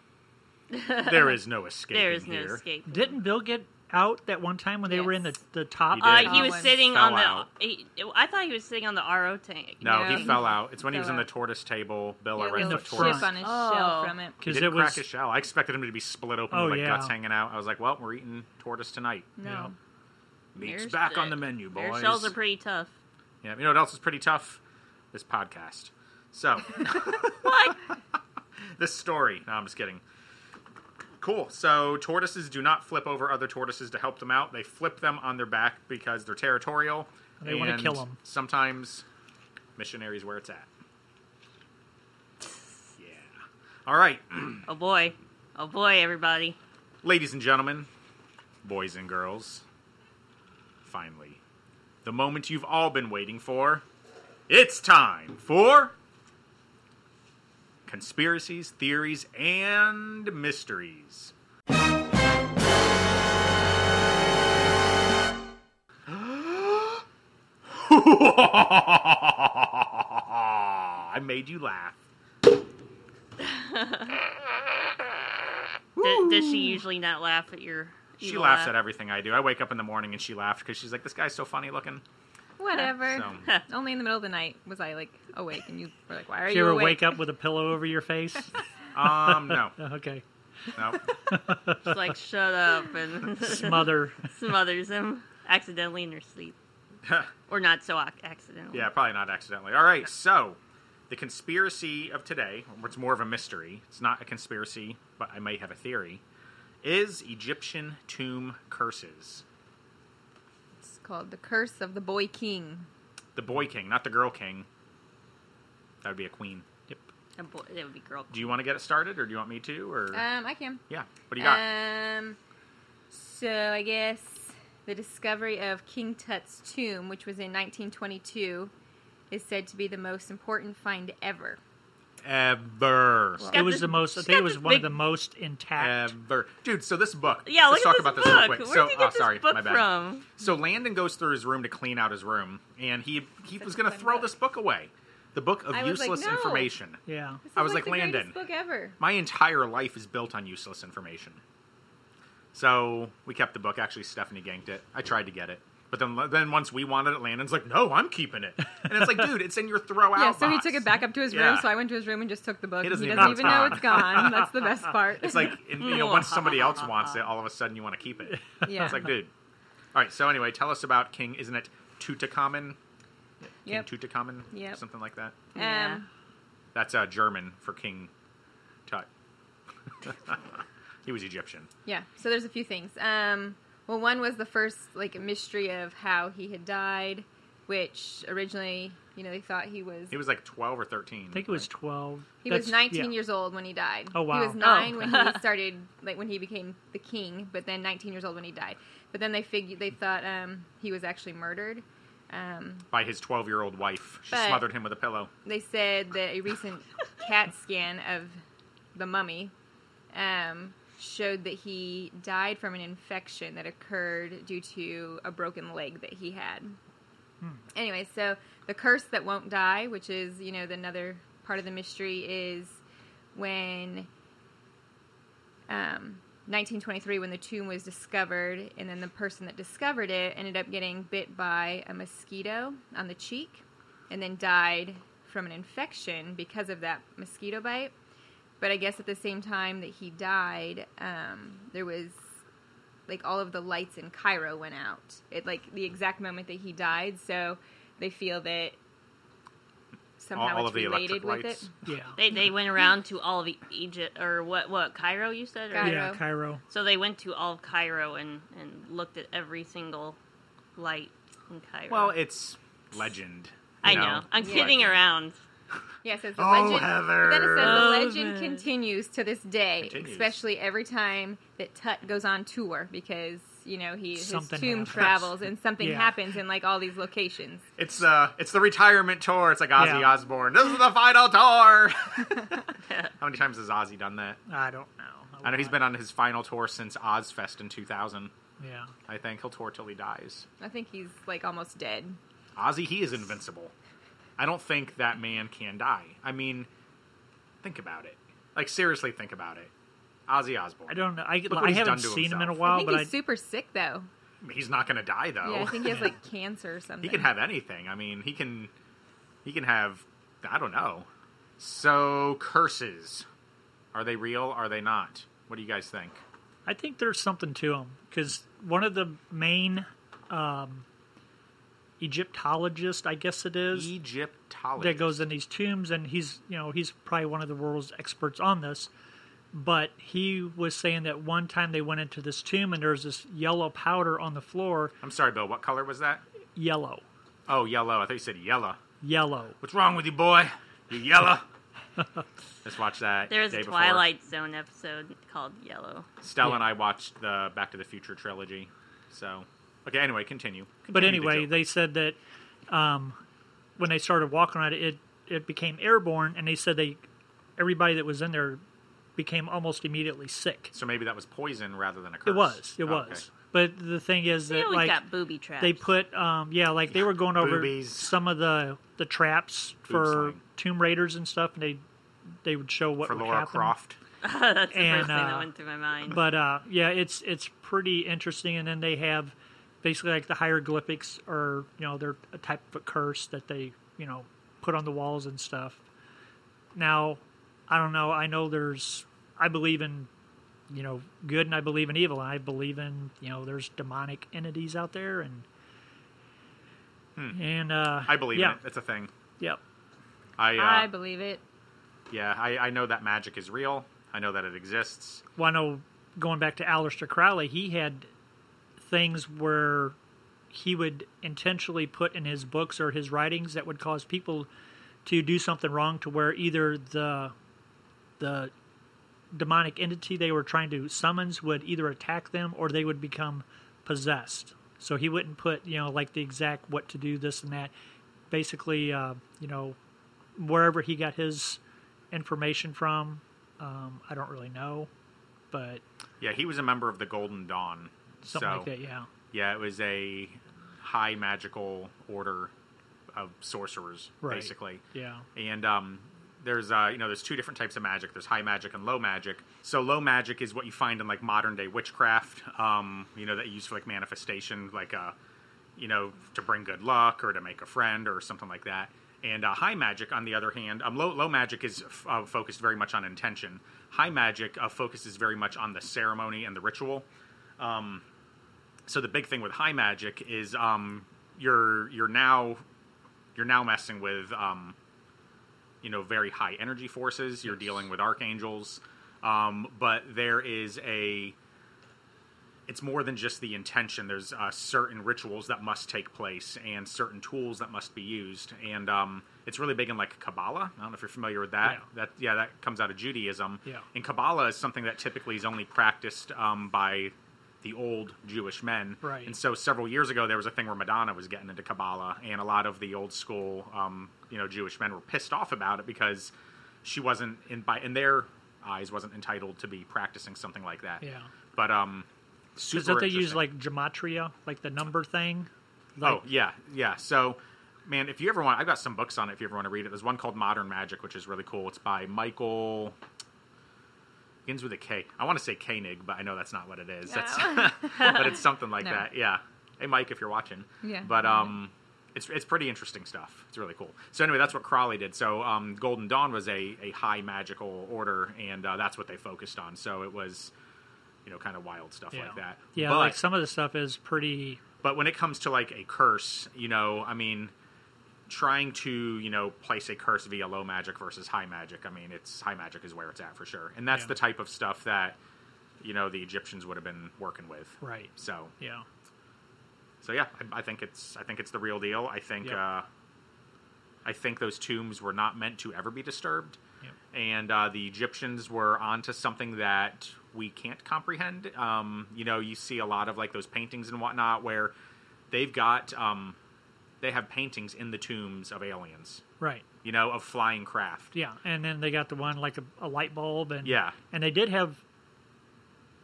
Speaker 1: There is no escape.
Speaker 6: There is no
Speaker 1: here.
Speaker 6: escape.
Speaker 2: Didn't Bill get out that one time when they were in the,
Speaker 3: Yes.
Speaker 2: the top?
Speaker 1: He did.
Speaker 6: Uh, he
Speaker 3: That
Speaker 6: was
Speaker 3: one
Speaker 6: sitting
Speaker 1: fell
Speaker 6: on
Speaker 1: out.
Speaker 6: the. He, I thought he was sitting on the RO tank.
Speaker 1: No,
Speaker 3: Yeah.
Speaker 1: he fell out. It's when he
Speaker 3: Fell
Speaker 1: was in the
Speaker 3: out.
Speaker 1: tortoise table. Bill, Oh, I
Speaker 3: Yeah,
Speaker 1: read
Speaker 2: in
Speaker 1: the
Speaker 2: the
Speaker 3: little
Speaker 2: front.
Speaker 1: tortoise.
Speaker 3: chip on his
Speaker 6: Oh.
Speaker 3: shell from it.
Speaker 1: He
Speaker 2: Because
Speaker 1: did
Speaker 2: it
Speaker 1: crack
Speaker 2: was
Speaker 1: his shell. I expected him to be split open
Speaker 2: Oh,
Speaker 1: with like
Speaker 2: yeah.
Speaker 1: guts hanging out. I was like, well, we're eating tortoise tonight.
Speaker 2: Yeah.
Speaker 3: No,
Speaker 1: Meat's
Speaker 6: There's
Speaker 1: back
Speaker 6: the-
Speaker 1: on the menu, boys.
Speaker 6: Their shells are pretty tough.
Speaker 1: yeah, you know what else is pretty tough? This podcast. So,
Speaker 6: What?
Speaker 1: this story. No, I'm just kidding. Cool. So, tortoises do not flip over other tortoises to help them out. They flip them on their back because they're territorial.
Speaker 2: And they wanna
Speaker 1: and
Speaker 2: kill 'em.
Speaker 1: Sometimes missionaries where it's at. Yeah. All right.
Speaker 6: oh boy. Oh boy, everybody.
Speaker 1: Ladies and gentlemen, boys and girls, finally, the moment you've all been waiting for. It's time for conspiracies, theories, and mysteries. I made you laugh.
Speaker 6: D- does she usually not laugh at your?
Speaker 1: She
Speaker 6: evil
Speaker 1: laughs
Speaker 6: laugh?
Speaker 1: at everything I do. I wake up in the morning and she laughs because she's like, "This guy's so funny looking."
Speaker 3: whatever.
Speaker 1: So-
Speaker 3: Only in the middle of the night was I like awake, and you were like, "Why are
Speaker 2: Did
Speaker 3: you,
Speaker 2: you ever
Speaker 3: awake?"
Speaker 2: wake up with a pillow over your face?
Speaker 1: Um, no,
Speaker 2: Oh, okay.
Speaker 1: no.
Speaker 6: She's like, shut up, and
Speaker 2: Smother.
Speaker 6: smothers him accidentally in her sleep, or not so ac- accidentally.
Speaker 1: yeah, probably not accidentally. All right, so the conspiracy of today, or it's more of a mystery. It's not a conspiracy, but I may have a theory. Is Egyptian tomb curses?
Speaker 3: called The Curse of the Boy King.
Speaker 1: The boy king, not the girl king. That would be a queen.
Speaker 2: Yep.
Speaker 6: A boy, it would be girl.
Speaker 1: Do you want to get it started, or do you want me to? Or
Speaker 6: Uh,
Speaker 3: Um, I can.
Speaker 1: yeah, what do you got?
Speaker 3: Um, so I guess the discovery of King Tut's tomb, which was in 1922, is said to be the most important find ever.
Speaker 1: Ever.
Speaker 6: She's
Speaker 2: It
Speaker 6: got
Speaker 2: was
Speaker 6: this-
Speaker 2: the most. I
Speaker 6: she's
Speaker 2: think it
Speaker 6: got
Speaker 2: was
Speaker 6: this
Speaker 2: one of
Speaker 6: big-
Speaker 2: the most intact.
Speaker 1: Ever. Dude, so this book.
Speaker 6: Yeah,
Speaker 1: let's talk
Speaker 6: look at
Speaker 1: about
Speaker 6: this
Speaker 1: this real
Speaker 6: book.
Speaker 1: quick.
Speaker 6: Where'd
Speaker 1: so,
Speaker 6: you
Speaker 1: oh,
Speaker 6: get this
Speaker 1: sorry,
Speaker 6: book
Speaker 1: my bad.
Speaker 6: from?
Speaker 1: So Landon goes through his room to clean out his room, and he he
Speaker 3: Such
Speaker 1: was
Speaker 3: a
Speaker 1: going to
Speaker 3: fun
Speaker 1: throw
Speaker 3: book.
Speaker 1: this book away, the book of
Speaker 3: I was like,
Speaker 1: useless
Speaker 3: no.
Speaker 1: information.
Speaker 2: yeah.
Speaker 3: This
Speaker 1: I
Speaker 3: is,
Speaker 1: was like,
Speaker 3: the
Speaker 1: Landon.
Speaker 3: greatest book ever.
Speaker 1: My entire life is built on useless information. So we kept the book. Actually, Stephanie ganked it. I tried to get it, but then then once we wanted it, Landon's like, "No, I'm keeping it," and it's like, "Dude, it's in your throw out."
Speaker 3: Yeah, so he
Speaker 1: box."
Speaker 3: took it back up to his room.
Speaker 1: Yeah.
Speaker 3: So I went to his room and just took the book.
Speaker 1: He
Speaker 3: He
Speaker 1: doesn't
Speaker 3: doesn't,
Speaker 1: even
Speaker 3: even
Speaker 1: know
Speaker 3: know
Speaker 1: it's
Speaker 3: it's gone. That's the best part.
Speaker 1: It's like and, you know, once somebody else wants it, all of a sudden you want to keep it.
Speaker 3: yeah.
Speaker 1: It's like, dude. All right. So anyway, tell us about King. Isn't it Tutankhamun? King
Speaker 3: Yep.
Speaker 1: Tutankhamun.
Speaker 3: Yep.
Speaker 1: Something like that.
Speaker 3: Um,
Speaker 6: Yeah.
Speaker 1: That's uh, German for King Tut. he was Egyptian.
Speaker 3: Yeah. So there's a few things. Um, well, one was the first like mystery of how he had died, which originally, you know, they thought he was
Speaker 1: He was like twelve or thirteen.
Speaker 2: I think it was twelve.
Speaker 3: he
Speaker 2: That's-
Speaker 3: was 19
Speaker 2: yeah.
Speaker 3: years old when he died.
Speaker 2: Oh, wow.
Speaker 3: He was nine
Speaker 6: Oh.
Speaker 3: when he started like when he became the king, but then 19 years old when he died. But then they figured they thought um, he was actually murdered. Um,
Speaker 1: by his twelve-year-old wife. She
Speaker 3: But-
Speaker 1: smothered him with a pillow.
Speaker 3: they said that a recent CAT scan of the mummy um, showed that he died from an infection that occurred due to a broken leg that he had. Anyway, so the curse that won't die, which is you know the another part of the mystery, is when. Um, 1923 when the tomb was discovered and then the person that discovered it ended up getting bit by a mosquito on the cheek and then died from an infection because of that mosquito bite. But I guess at the same time that he died, um, there was like all of the lights in Cairo went out at like the exact moment that he died. So they feel that somehow
Speaker 1: all
Speaker 3: it's
Speaker 1: of the
Speaker 3: related
Speaker 1: electric
Speaker 3: with
Speaker 1: lights.
Speaker 3: it.
Speaker 2: Yeah.
Speaker 6: They they went around to all of E- Egypt or what what Cairo you said. Or,
Speaker 3: Cairo.
Speaker 2: Yeah. Cairo.
Speaker 6: So they went to all of Cairo and and looked at every single light in Cairo.
Speaker 1: Well, it's legend. you
Speaker 6: I know. I'm kidding
Speaker 1: Legend.
Speaker 6: around.
Speaker 3: Yeah, it says the
Speaker 1: Oh,
Speaker 3: legend.
Speaker 1: Heather.
Speaker 3: Then it says the
Speaker 6: Oh,
Speaker 3: legend
Speaker 6: man.
Speaker 3: continues to this day,
Speaker 1: Continues.
Speaker 3: especially every time that Tut goes on tour because you know he his
Speaker 2: Something
Speaker 3: tomb
Speaker 2: happens.
Speaker 3: travels and something
Speaker 2: Yeah.
Speaker 3: happens in like all these locations.
Speaker 1: It's uh, it's the retirement tour. It's like Ozzy
Speaker 2: Yeah.
Speaker 1: Osbourne. This is the final tour. How many times has Ozzy done that?
Speaker 2: I don't know.
Speaker 1: I know he's been on his final tour since Ozfest in 2000.
Speaker 2: Yeah.
Speaker 1: I think he'll tour till he dies.
Speaker 3: I think he's like almost dead.
Speaker 1: Ozzy, he is invincible. I don't think that man can die. I mean, think about it. Like seriously, think about it. Ozzy Osbourne.
Speaker 2: I don't know. I,
Speaker 1: what
Speaker 2: I
Speaker 1: he's done
Speaker 2: haven't
Speaker 1: to
Speaker 2: seen him in a
Speaker 1: himself.
Speaker 2: while,
Speaker 3: I think
Speaker 2: but
Speaker 3: he's
Speaker 2: I,
Speaker 3: super sick though.
Speaker 1: He's not going to die though.
Speaker 3: Yeah, I think he has like cancer or something.
Speaker 1: Oh. he can have anything. I mean, he can he can have I don't know. So curses. Are they real? Are they not? What do you guys think?
Speaker 2: I think there's something to him because one of the main um, Egyptologists, I guess it is,
Speaker 1: Egyptology.
Speaker 2: that goes in these tombs, and he's you know he's probably one of the world's experts on this. But he was saying that one time they went into this tomb and there was this yellow powder on the floor.
Speaker 1: I'm sorry, Bill. What color was that?
Speaker 2: Yellow,
Speaker 1: Oh, yellow. I thought you said yellow.
Speaker 2: yellow.
Speaker 1: What's wrong with you, boy? You yellow. Let's watch that.
Speaker 6: There is
Speaker 1: day
Speaker 6: a
Speaker 1: before.
Speaker 6: Twilight Zone episode called Yellow.
Speaker 1: Stella and I watched the Back to the Future trilogy. So, okay. Anyway, continue.
Speaker 2: But
Speaker 1: Continue the
Speaker 2: anyway,
Speaker 1: joke.
Speaker 2: they said that um, when they started walking on it, it, it became airborne, and they said they everybody that was in there became almost immediately sick.
Speaker 1: so maybe that was poison rather than a curse.
Speaker 2: It was, it
Speaker 1: Okay.
Speaker 2: was. But the thing is
Speaker 6: They
Speaker 2: that
Speaker 6: always
Speaker 2: like
Speaker 6: got booby traps.
Speaker 2: they put, um, yeah, like they were going over
Speaker 1: Boobies.
Speaker 2: some of the the traps for
Speaker 1: slang.
Speaker 2: tomb raiders and stuff, and they they would show what
Speaker 1: for
Speaker 2: would
Speaker 1: Laura
Speaker 2: happen.
Speaker 1: Croft.
Speaker 6: That's the
Speaker 2: and,
Speaker 6: first thing that
Speaker 2: uh,
Speaker 6: went through my mind.
Speaker 2: But uh, yeah, it's it's pretty interesting. And then they have basically like the hieroglyphics are you know they're a type of a curse that they you know put on the walls and stuff. Now, I don't know. I know there's I believe in you know good and I believe in evil. I believe in you know there's demonic entities out there and and uh,
Speaker 1: Hmm. I believe
Speaker 2: yeah,
Speaker 1: in it. It's a thing.
Speaker 2: Yep.
Speaker 1: I, uh,
Speaker 3: I believe it.
Speaker 1: Yeah, I, I know that magic is real. I know that it exists.
Speaker 2: well, I know going back to Aleister Crowley, he had things where he would intentionally put in his books or his writings that would cause people to do something wrong to where either the the demonic entity they were trying to summons would either attack them or they would become possessed. So he wouldn't put, you know, like the exact what to do, this and that. Basically, uh, you know, wherever he got his information from, um, I don't really know, but
Speaker 1: Yeah, he was a member of the Golden Dawn.
Speaker 2: something
Speaker 1: so
Speaker 2: like that, yeah.
Speaker 1: yeah, it was a high magical order of sorcerers,
Speaker 2: Right.
Speaker 1: basically.
Speaker 2: Yeah.
Speaker 1: and um, there's uh, you know there's two different types of magic. There's high magic and low magic. So low magic is what you find in like modern day witchcraft. Um, you know that you use for like manifestation, like uh, you know to bring good luck or to make a friend or something like that. And uh, high magic, on the other hand, um, low low magic is f- uh, focused very much on intention. High magic uh, focuses very much on the ceremony and the ritual Um, so the big thing with high magic is um you're you're now you're now messing with um you know very high energy forces you're dealing with archangels um but there is a it's more than just the intention there's uh, certain rituals that must take place and certain tools that must be used and um it's really big in like Kabbalah. I don't know if you're familiar with that.
Speaker 2: Yeah.
Speaker 1: That yeah, that comes out of Judaism.
Speaker 2: Yeah.
Speaker 1: And Kabbalah is something that typically is only practiced um, by the old Jewish men.
Speaker 2: Right.
Speaker 1: And so several years ago, there was a thing where Madonna was getting into Kabbalah, and a lot of the old school, um, you know, Jewish men were pissed off about it because she wasn't in by in their eyes wasn't entitled to be practicing something like that.
Speaker 2: Yeah.
Speaker 1: But um,
Speaker 2: Because
Speaker 1: super
Speaker 2: don't they use
Speaker 1: interesting.
Speaker 2: like gematria, like the number thing?
Speaker 1: oh yeah yeah so. Man, if you ever want, I've got some books on it. If you ever want to read it, there's one called Modern Magic, which is really cool. It's by Michael. Begins with a K. I want to say Koenig, but I know that's not what it is. That's but it's something like
Speaker 3: No.
Speaker 1: that. Yeah. Hey, Mike, if you're watching.
Speaker 3: Yeah.
Speaker 1: But um, it's it's pretty interesting stuff. It's really cool. So anyway, that's what Crowley did. So um, Golden Dawn was a a high magical order, and uh, that's what they focused on. So it was, you know, kind of wild stuff like that.
Speaker 2: Yeah,
Speaker 1: But,
Speaker 2: like some of the stuff is pretty.
Speaker 1: but when it comes to like a curse, you know, I mean. Trying to you know place a curse via low magic versus high magic. I mean, it's high magic is where it's at for sure, and that's
Speaker 2: Yeah.
Speaker 1: the type of stuff that you know the Egyptians would have been working with.
Speaker 2: Right.
Speaker 1: So
Speaker 2: Yeah.
Speaker 1: so yeah, I, I think it's I think it's the real deal. I think
Speaker 2: Yep.
Speaker 1: uh, I think those tombs were not meant to ever be disturbed,
Speaker 2: Yep.
Speaker 1: and uh, the Egyptians were onto something that we can't comprehend. Um, you know, you see a lot of like those paintings and whatnot where they've got um, they have paintings in the tombs of aliens.
Speaker 2: Right.
Speaker 1: You know, of flying craft.
Speaker 2: Yeah. And then they got the one like a, a light bulb and
Speaker 1: Yeah.
Speaker 2: and they did have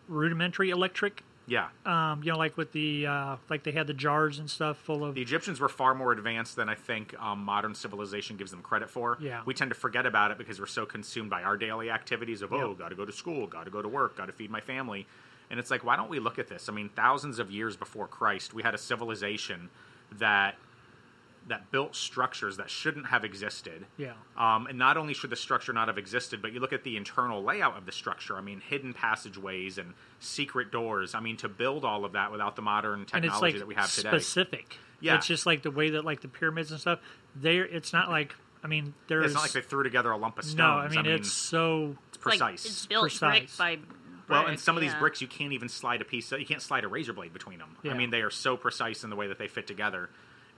Speaker 2: rudimentary electric.
Speaker 1: Yeah.
Speaker 2: Um, you know, like with the uh, like they had the jars and stuff full of
Speaker 1: The Egyptians were far more advanced than I think um, modern civilization gives them credit for.
Speaker 2: Yeah.
Speaker 1: We tend to forget about it because we're so consumed by our daily activities of, oh,
Speaker 2: Yep.
Speaker 1: got to go to school, got to go to work, got to feed my family. And it's like, why don't we look at this? I mean, thousands of years before Christ, we had a civilization that that built structures that shouldn't have existed.
Speaker 2: yeah
Speaker 1: Um, and not only should the structure not have existed, but you look at the internal layout of the structure. I mean, hidden passageways and secret doors. I mean, to build all of that without the modern
Speaker 2: and
Speaker 1: technology
Speaker 2: it's like
Speaker 1: that we have today.
Speaker 2: specific.
Speaker 1: Yeah.
Speaker 2: It's just like the way that like the pyramids and stuff. There, it's not like I mean
Speaker 1: Yeah,
Speaker 2: there's
Speaker 1: It's not like they threw together a lump of stones.
Speaker 2: no. I mean, it's so
Speaker 1: it's
Speaker 6: Like,
Speaker 1: precise.
Speaker 6: it's built
Speaker 2: Precise.
Speaker 6: brick by
Speaker 1: well,
Speaker 6: brick,
Speaker 1: and some of these
Speaker 6: yeah.
Speaker 1: bricks you can't even slide a piece. You can't slide a razor blade between them. I
Speaker 2: Yeah.
Speaker 1: mean, they are so precise in the way that they fit together.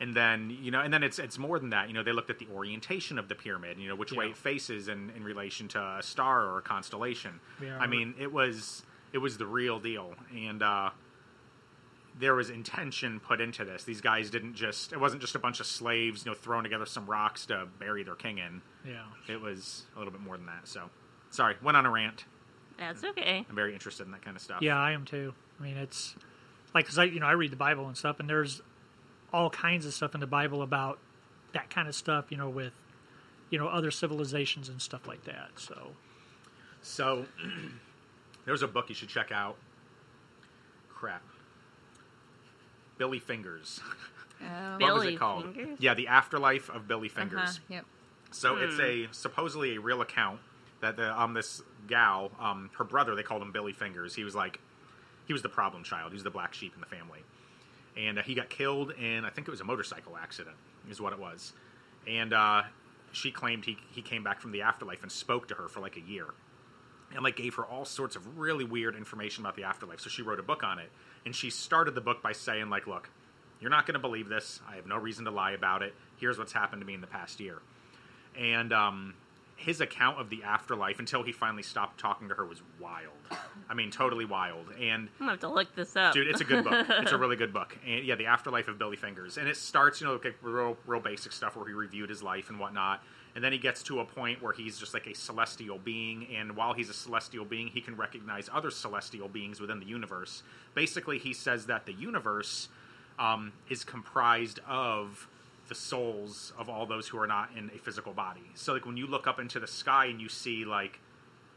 Speaker 1: And then you know, and then it's it's more than that. You know, they looked at the orientation of the pyramid. You know, which way
Speaker 2: Yeah.
Speaker 1: it faces in in relation to a star or a constellation.
Speaker 2: Yeah.
Speaker 1: I mean, it was it was the real deal, and uh, there was intention put into this. These guys didn't just it wasn't just a bunch of slaves, you know, throwing together some rocks to bury their king in.
Speaker 2: yeah.
Speaker 1: it was a little bit more than that. So, sorry, went on a rant.
Speaker 6: That's okay.
Speaker 1: I'm very interested in that kind of stuff.
Speaker 2: Yeah, I am too. I mean, it's like because I you know I read the Bible and stuff, and there's all kinds of stuff in the Bible about that kind of stuff. You know, with you know other civilizations and stuff like that. So
Speaker 1: So, there's a book you should check out. Crap. Billy Fingers.
Speaker 3: Oh,
Speaker 6: Bill-
Speaker 1: what was
Speaker 6: Billy
Speaker 1: it called?
Speaker 6: Fingers?
Speaker 1: Yeah, the afterlife of Billy Fingers.
Speaker 3: uh-huh, yep.
Speaker 1: So it's a supposedly a real account that the um this gal um her brother they called him Billy Fingers. He was like he was the problem child. He was the black sheep in the family, and uh, he got killed in I think it was a motorcycle accident is what it was, and uh, she claimed he he came back from the afterlife and spoke to her for like a year, and like gave her all sorts of really weird information about the afterlife. So she wrote a book on it, and she started the book by saying like, look. You're not going to believe this. I have no reason to lie about it. Here's what's happened to me in the past year. And um, his account of the afterlife until he finally stopped talking to her was wild. I mean, totally wild. And
Speaker 6: I'm gonna have to look this up.
Speaker 1: Dude, it's a good book. It's a really good book. And yeah, The Afterlife of Billy Fingers. And it starts, you know, like real, real basic stuff where he reviewed his life and whatnot. And then he gets to a point where he's just like a celestial being. And while he's a celestial being, he can recognize other celestial beings within the universe. Basically, he says that the universe um, is comprised of the souls of all those who are not in a physical body. So, like, when you look up into the sky and you see, like,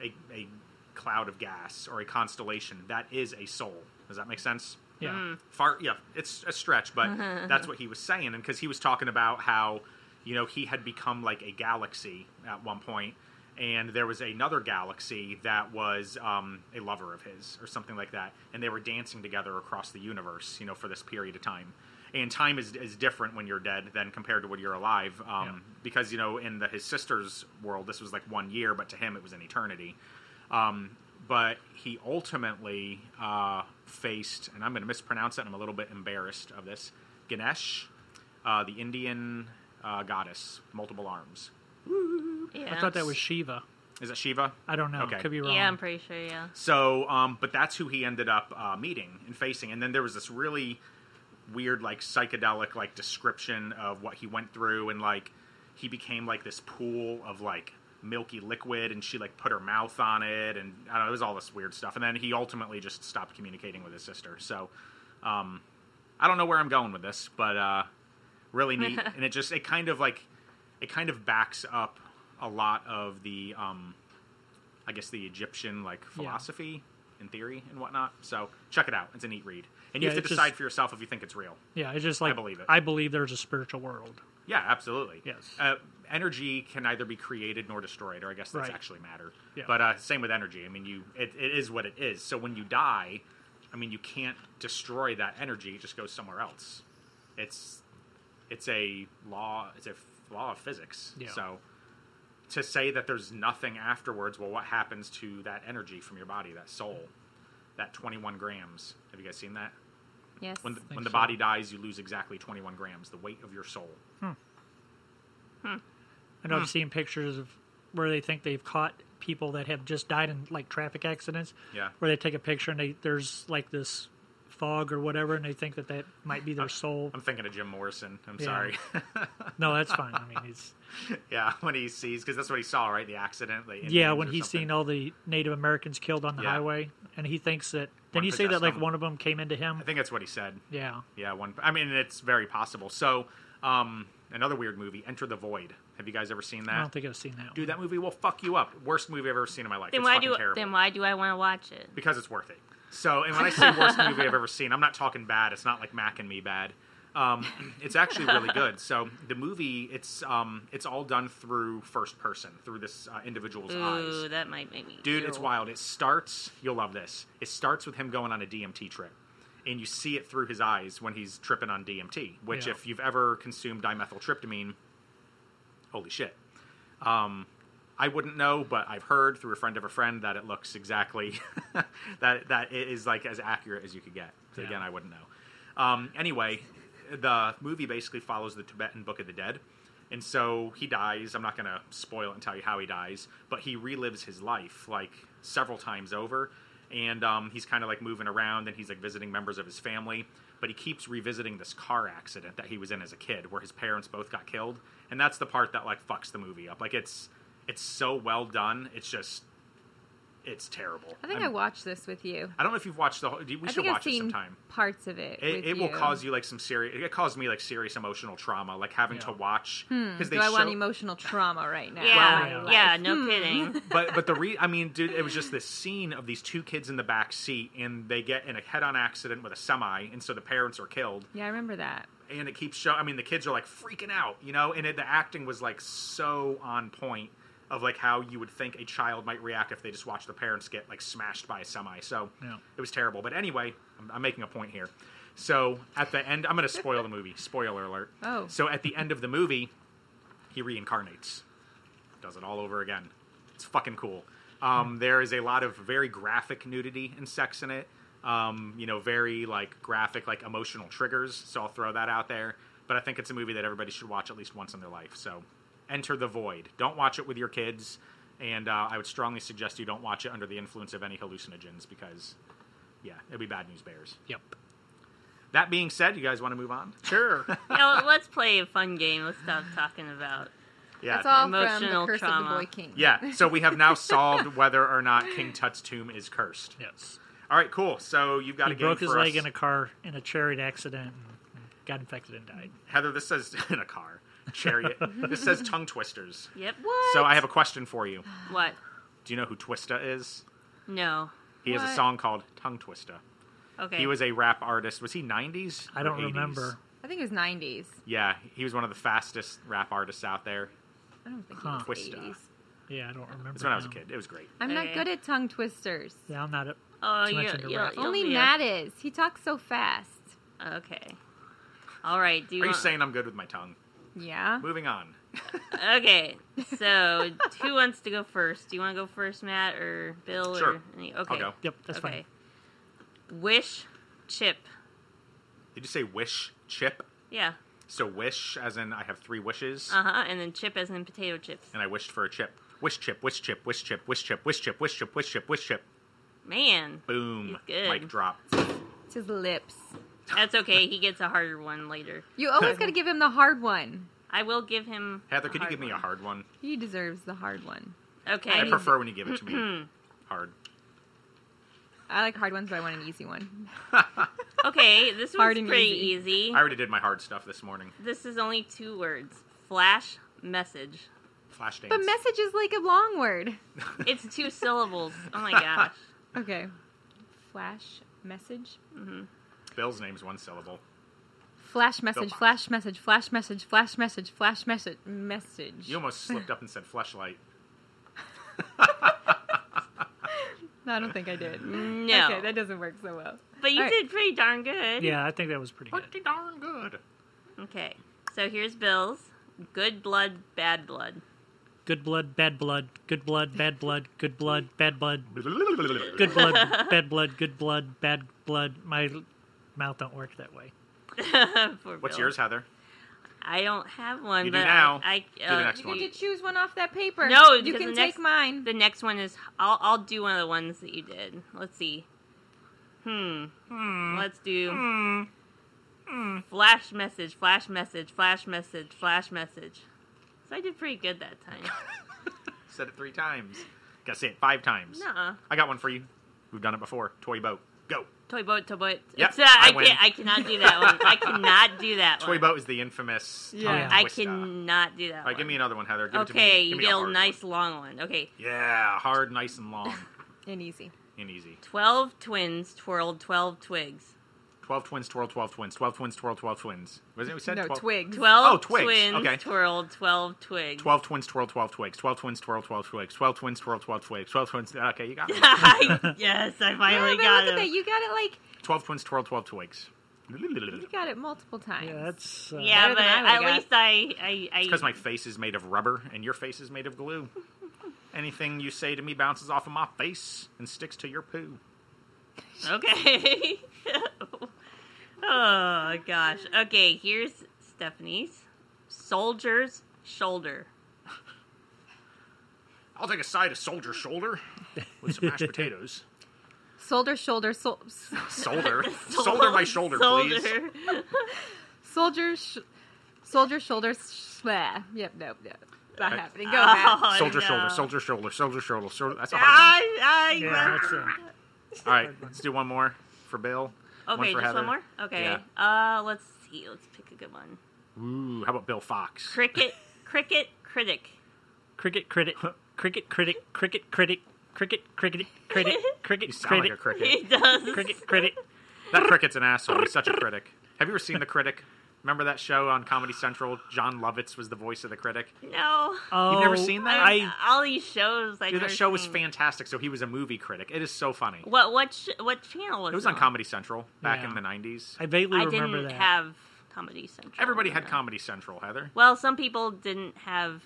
Speaker 1: a, a cloud of gas or a constellation, that is a soul. Does that make sense?
Speaker 2: Yeah.
Speaker 6: Mm,
Speaker 1: far yeah it's a stretch but that's what he was saying and because he was talking about how you know he had become like a galaxy at one point and there was another galaxy that was um, a lover of his or something like that and they were dancing together across the universe you know for this period of time and time is, is different when you're dead than compared to when you're alive um, because you know in the, his sister's world this was like one year but to him it was an eternity um, but he ultimately uh, faced, and I'm going to mispronounce it, and I'm a little bit embarrassed of this Ganesh, uh, the Indian uh, goddess, multiple arms.
Speaker 6: yeah.
Speaker 2: I thought that was Shiva.
Speaker 1: Is it Shiva?
Speaker 2: I don't know.
Speaker 1: Okay.
Speaker 2: Could be wrong.
Speaker 6: Yeah, I'm pretty sure. Yeah.
Speaker 1: So, um, but that's who he ended up uh, meeting and facing. And then there was this really weird, like psychedelic, like description of what he went through, and like he became like this pool of like milky liquid, and she like put her mouth on it, and I don't know, it was all this weird stuff. And then he ultimately just stopped communicating with his sister. So, um, I don't know where I'm going with this, but uh, really neat, and it just it kind of like it kind of backs up a lot of the um, I guess the Egyptian like philosophy and theory and whatnot. So check it out; it's a neat read, and you
Speaker 2: Yeah,
Speaker 1: have
Speaker 2: it
Speaker 1: to
Speaker 2: just-
Speaker 1: decide for yourself if you think it's real.
Speaker 2: Yeah, it's just like
Speaker 1: believe it.
Speaker 2: I believe there's a spiritual world.
Speaker 1: Yeah, absolutely.
Speaker 2: Yes.
Speaker 1: Uh, energy can neither be created nor destroyed, or I guess that's
Speaker 2: Right.
Speaker 1: actually matter.
Speaker 2: Yeah.
Speaker 1: But uh, same with energy. I mean, you it, it is what it is. So when you die, I mean, you can't destroy that energy. It just goes somewhere else. It's it's a law. It's a law of physics.
Speaker 2: Yeah.
Speaker 1: So to say that there's nothing afterwards, well, what happens to that energy from your body, that soul, that 21 grams? Have you guys seen that?
Speaker 3: Yes.
Speaker 1: When the,
Speaker 2: think
Speaker 1: when the
Speaker 2: so.
Speaker 1: body dies, you lose exactly 21 grams, the weight of your soul.
Speaker 2: I know I've seen pictures of where they think they've caught people that have just died in like traffic accidents.
Speaker 1: Yeah.
Speaker 2: Where they take a picture and they there's like this fog or whatever, and they think that that might be their soul.
Speaker 1: I'm thinking of Jim Morrison. I'm
Speaker 2: Yeah.
Speaker 1: sorry.
Speaker 2: No, that's fine. I mean, it's
Speaker 1: yeah, when he sees, because that's what he saw, right? The accident. The
Speaker 2: yeah,
Speaker 1: Indians
Speaker 2: when
Speaker 1: or
Speaker 2: he's
Speaker 1: something.
Speaker 2: seen all the Native Americans killed on the
Speaker 1: Yeah.
Speaker 2: highway, and he thinks that.
Speaker 1: One
Speaker 2: Then you say that
Speaker 1: possessed
Speaker 2: like
Speaker 1: them.
Speaker 2: one of them came into him.
Speaker 1: I think that's what he said.
Speaker 2: Yeah.
Speaker 1: Yeah, one. I mean, it's very possible. So, um, another weird movie, Enter the Void. Have you guys ever seen
Speaker 2: I
Speaker 1: that?
Speaker 2: don't think I've seen that.
Speaker 1: Dude,
Speaker 2: one.
Speaker 1: that movie will fuck you up. Worst movie I've ever seen in my life.
Speaker 6: Then
Speaker 1: it's
Speaker 6: why
Speaker 1: fucking
Speaker 6: do
Speaker 1: terrible.
Speaker 6: then why do I want to watch it?
Speaker 1: because it's worth it. So, and when I say worst movie I've ever seen, I'm not talking bad. It's not like Mac and Me bad. Um, it's actually really good. So the movie, it's um, it's all done through first person, through this uh, individual's eyes.
Speaker 6: Ooh, that might make me.
Speaker 1: Dude, it's
Speaker 6: drool.
Speaker 1: wild. It starts, you'll love this. It starts with him going on a DMT trip. And you see it through his eyes when he's tripping on DMT, which,
Speaker 2: Yeah.
Speaker 1: if you've ever consumed dimethyltryptamine, holy shit. Um, I wouldn't know, but I've heard through a friend of a friend that it looks exactly that that it is like as accurate as you could get. So
Speaker 2: Yeah.
Speaker 1: again, I wouldn't know. Um, anyway, the movie basically follows the Tibetan Book of the Dead, and so he dies. I'm not going to spoil it and tell you how he dies, but he relives his life like several times over, and um, he's kind of like moving around and he's like visiting members of his family. But he keeps revisiting this car accident that he was in as a kid, where his parents both got killed, and that's the part that like fucks the movie up. Like it's it's so well done. It's just it's terrible.
Speaker 3: I think
Speaker 1: I'm-
Speaker 3: I watched this with you.
Speaker 1: I don't know if you've watched the whole. We
Speaker 3: I
Speaker 1: should
Speaker 3: think I've
Speaker 1: watch it
Speaker 3: seen
Speaker 1: sometime.
Speaker 3: parts of it.
Speaker 1: It,
Speaker 3: with
Speaker 1: it will cause you like some serious. It caused me like serious emotional trauma, like having
Speaker 2: Yeah.
Speaker 1: to watch because they
Speaker 3: Hmm, Do I
Speaker 1: show.
Speaker 3: want emotional trauma right now?
Speaker 6: Yeah,
Speaker 2: Well,
Speaker 6: yeah,
Speaker 1: Hmm.
Speaker 6: no kidding.
Speaker 1: but but the re I mean, dude, it was just this scene of these two kids in the back seat, and they get in a head-on accident with a semi, and so the parents are killed.
Speaker 3: Yeah, I remember that.
Speaker 1: and it keeps showing. I mean, the kids are like freaking out, you know. And it, the acting was like so on point of like how you would think a child might react if they just watched their parents get like smashed by a semi. So
Speaker 2: Yeah.
Speaker 1: it was terrible. But anyway, I'm, I'm making a point here. So at the end, I'm going to spoil the movie. Spoiler alert.
Speaker 3: Oh.
Speaker 1: So at the end of the movie, he reincarnates does it all over again. It's fucking cool. Um, there is a lot of very graphic nudity and sex in it. Um, you know, very like graphic, like emotional triggers. So I'll throw that out there. But I think it's a movie that everybody should watch at least once in their life. So Enter the Void. Don't watch it with your kids. And uh, I would strongly suggest you don't watch it under the influence of any hallucinogens because, yeah, it'd be bad news bears.
Speaker 2: Yep.
Speaker 1: That being said, you guys want to move on?
Speaker 2: Sure.
Speaker 6: You know, let's play a fun game. Let's stop talking about.
Speaker 1: Yeah.
Speaker 3: That's all from the
Speaker 6: Emotional
Speaker 3: Curse of
Speaker 6: trauma.
Speaker 3: the Boy King.
Speaker 1: Yeah. So we have now solved whether or not King Tut's tomb is cursed.
Speaker 2: yes.
Speaker 1: All right, cool. So you've got
Speaker 2: He
Speaker 1: a game
Speaker 2: broke his
Speaker 1: for
Speaker 2: leg
Speaker 1: us.
Speaker 2: in a car in a chariot accident and got infected and died.
Speaker 1: Heather, this says in a car chariot. this says tongue twisters.
Speaker 6: Yep.
Speaker 1: So I have a question for you.
Speaker 6: What?
Speaker 1: Do you know who Twista is?
Speaker 6: No.
Speaker 1: He has a
Speaker 3: What?
Speaker 1: song called Tongue Twista.
Speaker 6: Okay.
Speaker 1: He was a rap artist. Was he 90s?
Speaker 2: I
Speaker 1: or
Speaker 2: don't
Speaker 1: 80s?
Speaker 2: remember.
Speaker 3: I think it was 90s.
Speaker 1: Yeah, he was one of the fastest rap artists out there.
Speaker 3: I don't think
Speaker 2: Huh.
Speaker 3: it was
Speaker 1: Twista.
Speaker 3: 80s.
Speaker 2: Yeah, I don't remember.
Speaker 1: It's when I was a
Speaker 2: now.
Speaker 1: kid. It was great.
Speaker 3: I'm
Speaker 6: Okay.
Speaker 3: not good at tongue twisters.
Speaker 2: Yeah, I'm not. A,
Speaker 6: oh,
Speaker 2: too
Speaker 6: you,
Speaker 2: much
Speaker 6: you,
Speaker 2: into
Speaker 6: you'll
Speaker 2: rap.
Speaker 3: Only
Speaker 6: be a-
Speaker 3: Matt is. He talks so fast.
Speaker 6: Okay. All right. Do you
Speaker 1: Are you
Speaker 6: want-
Speaker 1: saying I'm good with my tongue?
Speaker 3: Yeah.
Speaker 1: Moving on.
Speaker 6: Okay. So who wants to go first? Do you want to go first, Matt or Bill?
Speaker 1: Sure.
Speaker 6: Or any, okay.
Speaker 1: go.
Speaker 2: yep, that's
Speaker 6: okay. Wish, chip.
Speaker 1: Did you say wish chip?
Speaker 6: Yeah.
Speaker 1: So wish, as in I have three wishes,
Speaker 6: Uh huh. And then chip as in potato chips.
Speaker 1: and I wished for a chip. Wish chip, wish chip, wish chip, wish chip, wish chip, wish chip, wish chip, wish chip.
Speaker 6: Man,
Speaker 1: Boom.
Speaker 6: He's good.
Speaker 1: Mic drop.
Speaker 3: It's his lips.
Speaker 6: that's okay. He gets a harder one later.
Speaker 3: You always got to give him the hard one.
Speaker 6: I will give him.
Speaker 1: Heather,
Speaker 6: a
Speaker 1: could you
Speaker 6: hard
Speaker 1: give me a
Speaker 6: one.
Speaker 1: hard one?
Speaker 3: He deserves the hard one.
Speaker 6: Okay.
Speaker 1: I, prefer when you give it to me hard.
Speaker 3: I like hard ones, but I want an easy one.
Speaker 6: Okay, this
Speaker 3: Hard
Speaker 6: one's
Speaker 3: and
Speaker 6: pretty
Speaker 3: easy.
Speaker 6: easy.
Speaker 1: I already did my hard stuff this morning.
Speaker 6: This is only two words. Flash message.
Speaker 1: Flash dance.
Speaker 3: But message is like a long word.
Speaker 6: It's two syllables. Oh my gosh.
Speaker 3: Okay. Flash message.
Speaker 1: Bill's name's one syllable.
Speaker 3: Flash message,
Speaker 1: Box.
Speaker 3: flash message, flash message, flash message, flash message, message.
Speaker 1: You almost slipped up and said flashlight.
Speaker 3: No, I don't think I did.
Speaker 6: No.
Speaker 3: Okay, that doesn't work so well.
Speaker 6: but you
Speaker 3: All right.
Speaker 6: did pretty darn good.
Speaker 2: fine. Yeah, I think that was pretty good.
Speaker 1: Pretty darn good.
Speaker 6: Okay. So here's Bill's. Good blood, bad blood.
Speaker 2: Good blood, bad blood. Good blood, bad blood. Good blood, bad blood. Good blood, bad blood. Good blood, bad blood. My l- mouth don't work that way.
Speaker 6: For
Speaker 1: What's
Speaker 6: Bill.
Speaker 1: yours, Heather?
Speaker 6: I don't have one.
Speaker 1: You do
Speaker 6: but
Speaker 1: now.
Speaker 6: I, I,
Speaker 1: Do
Speaker 6: uh,
Speaker 1: the next
Speaker 3: You
Speaker 1: one.
Speaker 3: get to choose one off that paper.
Speaker 6: No,
Speaker 3: you
Speaker 6: because
Speaker 3: can
Speaker 6: the
Speaker 3: take
Speaker 6: next-
Speaker 3: mine.
Speaker 6: The next one is. I'll, I'll do one of the ones that you did. Let's see. Hmm. Let's do.
Speaker 1: Hmm.
Speaker 6: Flash message, flash message, flash message, flash message. So I did pretty good that time.
Speaker 1: Said it three times. Gotta say it five times.
Speaker 6: Nuh-uh.
Speaker 1: I got one for you. We've done it before. Toy boat. Go.
Speaker 6: Toy boat, toy boat.
Speaker 1: Yep,
Speaker 6: It's, uh,
Speaker 1: I
Speaker 6: I,
Speaker 1: win.
Speaker 6: can't, I cannot do that one. I cannot do that
Speaker 1: Toy
Speaker 6: one.
Speaker 1: boat is the infamous. tongue
Speaker 2: Yeah.
Speaker 6: I
Speaker 1: twister. All
Speaker 6: cannot do that one.
Speaker 1: right, give me another one, Heather. Give it to me.
Speaker 6: okay,
Speaker 1: Give
Speaker 6: you
Speaker 1: me a
Speaker 6: get a
Speaker 1: hard one.
Speaker 6: nice long one. Okay.
Speaker 1: Yeah, hard, nice, and long
Speaker 3: and easy.
Speaker 1: and easy.
Speaker 6: 12 twins twirled 12 twigs.
Speaker 1: 12 twins, twirl 12 twins. 12 twins, twirl 12 twins. Was it we said?
Speaker 3: no,
Speaker 1: 12?
Speaker 3: twigs.
Speaker 6: 12
Speaker 1: Oh, twigs.
Speaker 6: twins
Speaker 1: Okay.
Speaker 6: twirled 12 twigs.
Speaker 1: 12 twins, twirl 12 twigs. 12 twins, twirl 12 twigs. 12 twins, twirl 12 twigs. 12 twins. Okay, you got it.
Speaker 6: yes, I
Speaker 3: Oh,
Speaker 6: finally
Speaker 3: but
Speaker 6: got
Speaker 3: look at that.
Speaker 6: it.
Speaker 3: You got it like
Speaker 1: 12 twins, twirl 12 twigs.
Speaker 3: you got it multiple times.
Speaker 2: Yeah, that's. Uh,
Speaker 6: Yeah,
Speaker 3: Better
Speaker 6: but
Speaker 3: than I
Speaker 6: at
Speaker 3: would've got.
Speaker 6: least I. I, I
Speaker 1: Because my face is made of rubber and your face is made of glue. Anything you say to me bounces off of my face and sticks to your poo.
Speaker 6: Okay. oh, gosh. Okay, here's Stephanie's Soldier's Shoulder.
Speaker 1: I'll take a side of soldier shoulder with some mashed potatoes.
Speaker 3: Soldier, shoulder, sol- s-
Speaker 1: Solder. solder my shoulder, please.
Speaker 6: Soldier.
Speaker 3: soldier, sh- soldier, shoulder. Sh- bleh. Yep, nope, nope. It's not
Speaker 1: I-
Speaker 3: happening. Go, Matt.
Speaker 6: Oh,
Speaker 1: Soldier
Speaker 6: no.
Speaker 1: shoulder, soldier shoulder, soldier shoulder, soldier. That's a hard
Speaker 6: I, I,
Speaker 2: yeah, that's, uh,
Speaker 1: one. All right, let's do one more for Bill. one
Speaker 6: Okay,
Speaker 1: for
Speaker 6: just
Speaker 1: Heather.
Speaker 6: one more? Okay. Uh, let's see. Let's pick a good one.
Speaker 1: Ooh, how about Bill Fox?
Speaker 6: Cricket, cricket, critic.
Speaker 2: cricket, critic, cricket, critic, cricket, critic, cricket, cricket, critic, cricket,
Speaker 1: You sound
Speaker 2: critic,
Speaker 1: like a cricket.
Speaker 6: It does.
Speaker 2: cricket, critic.
Speaker 1: That cricket's an asshole. He's such a critic. Have you ever seen The Critic? Remember that show on Comedy Central? John Lovitz was the voice of the critic.
Speaker 6: No.
Speaker 2: Oh,
Speaker 1: never seen that?
Speaker 2: I,
Speaker 6: I, all these shows. I
Speaker 1: Um, Dude, that
Speaker 6: never
Speaker 1: show was
Speaker 6: seen.
Speaker 1: fantastic. So he was a movie critic. It is so funny.
Speaker 6: What what sh- what channel was
Speaker 1: It was on Comedy Central back
Speaker 2: Yeah.
Speaker 1: in the '90s.
Speaker 2: I vaguely
Speaker 6: I
Speaker 2: remember
Speaker 6: didn't
Speaker 2: that.
Speaker 6: have Comedy Central.
Speaker 1: Everybody
Speaker 6: when
Speaker 1: had
Speaker 6: I-
Speaker 1: Comedy Central, Heather.
Speaker 6: Well, some people didn't have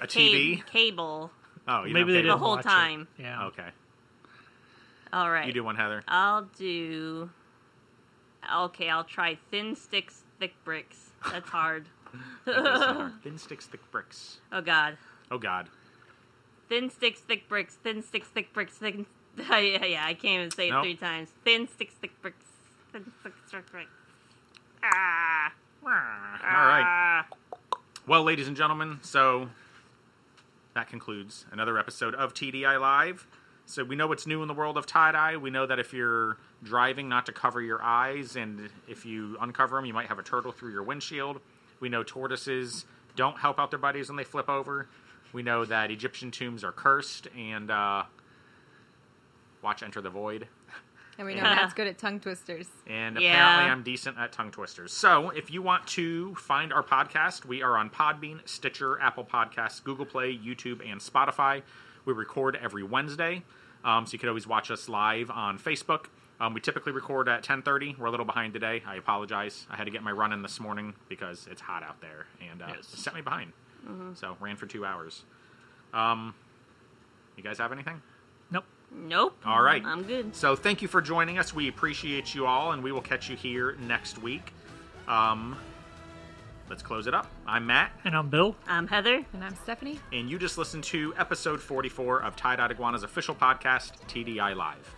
Speaker 1: A
Speaker 6: ca-
Speaker 1: TV.
Speaker 6: cable.
Speaker 1: Oh, you
Speaker 2: Maybe they
Speaker 1: know,
Speaker 2: didn't
Speaker 6: whole
Speaker 2: watch it.
Speaker 6: time.
Speaker 2: Yeah.
Speaker 1: Okay.
Speaker 6: All right.
Speaker 1: You do one, Heather.
Speaker 6: I'll do. Okay, I'll try thin sticks, thick bricks. That's hard.
Speaker 1: Yes, Heather. Thin sticks, thick bricks.
Speaker 6: oh God.
Speaker 1: Oh God.
Speaker 6: Thin sticks, thick bricks. Thin sticks, thick bricks. Thin. yeah, yeah, I can't even say it
Speaker 1: Nope.
Speaker 6: three times. Thin sticks, thick bricks. Thin sticks, thick bricks. Ah.
Speaker 1: All right. Well, ladies and gentlemen, so that concludes another episode of TDI Live. So we know what's new in the world of tie dye. We know that if you're driving, not to cover your eyes, and if you uncover them, you might have a turtle through your windshield. We know tortoises don't help out their buddies when they flip over. We know that Egyptian tombs are cursed, and uh, watch Enter the Void.
Speaker 3: And we know
Speaker 6: Yeah.
Speaker 3: Matt's good at tongue twisters.
Speaker 1: And
Speaker 6: Yeah.
Speaker 1: apparently, I'm decent at tongue twisters. So, if you want to find our podcast, we are on Podbean, Stitcher, Apple Podcasts, Google Play, YouTube, and Spotify. We record every Wednesday, um, so you can always watch us live on Facebook. Um, we typically record at 10:30. We're a little behind today. I apologize. I had to get my run in this morning because it's hot out there, and uh,
Speaker 2: Yes.
Speaker 1: it set me behind. So, ran for two hours. Um, you guys have anything?
Speaker 2: Nope.
Speaker 6: Nope.
Speaker 1: All right.
Speaker 6: I'm good.
Speaker 1: So thank you for joining us. We appreciate you all, and we will catch you here next week. Um, let's close it up. I'm Matt,
Speaker 2: And I'm Bill.
Speaker 6: I'm Heather.
Speaker 3: And I'm Stephanie.
Speaker 1: and you just listened to episode 44 of Tie Dot Iguana's official podcast, TDI Live.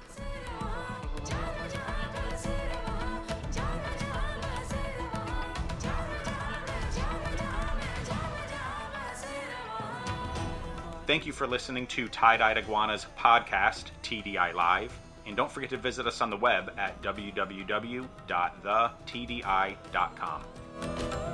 Speaker 1: Thank you for listening to Tie Dye Iguana's podcast, TDI Live. And don't forget to visit us on the web at www.thetdi.com.
Speaker 5: Thank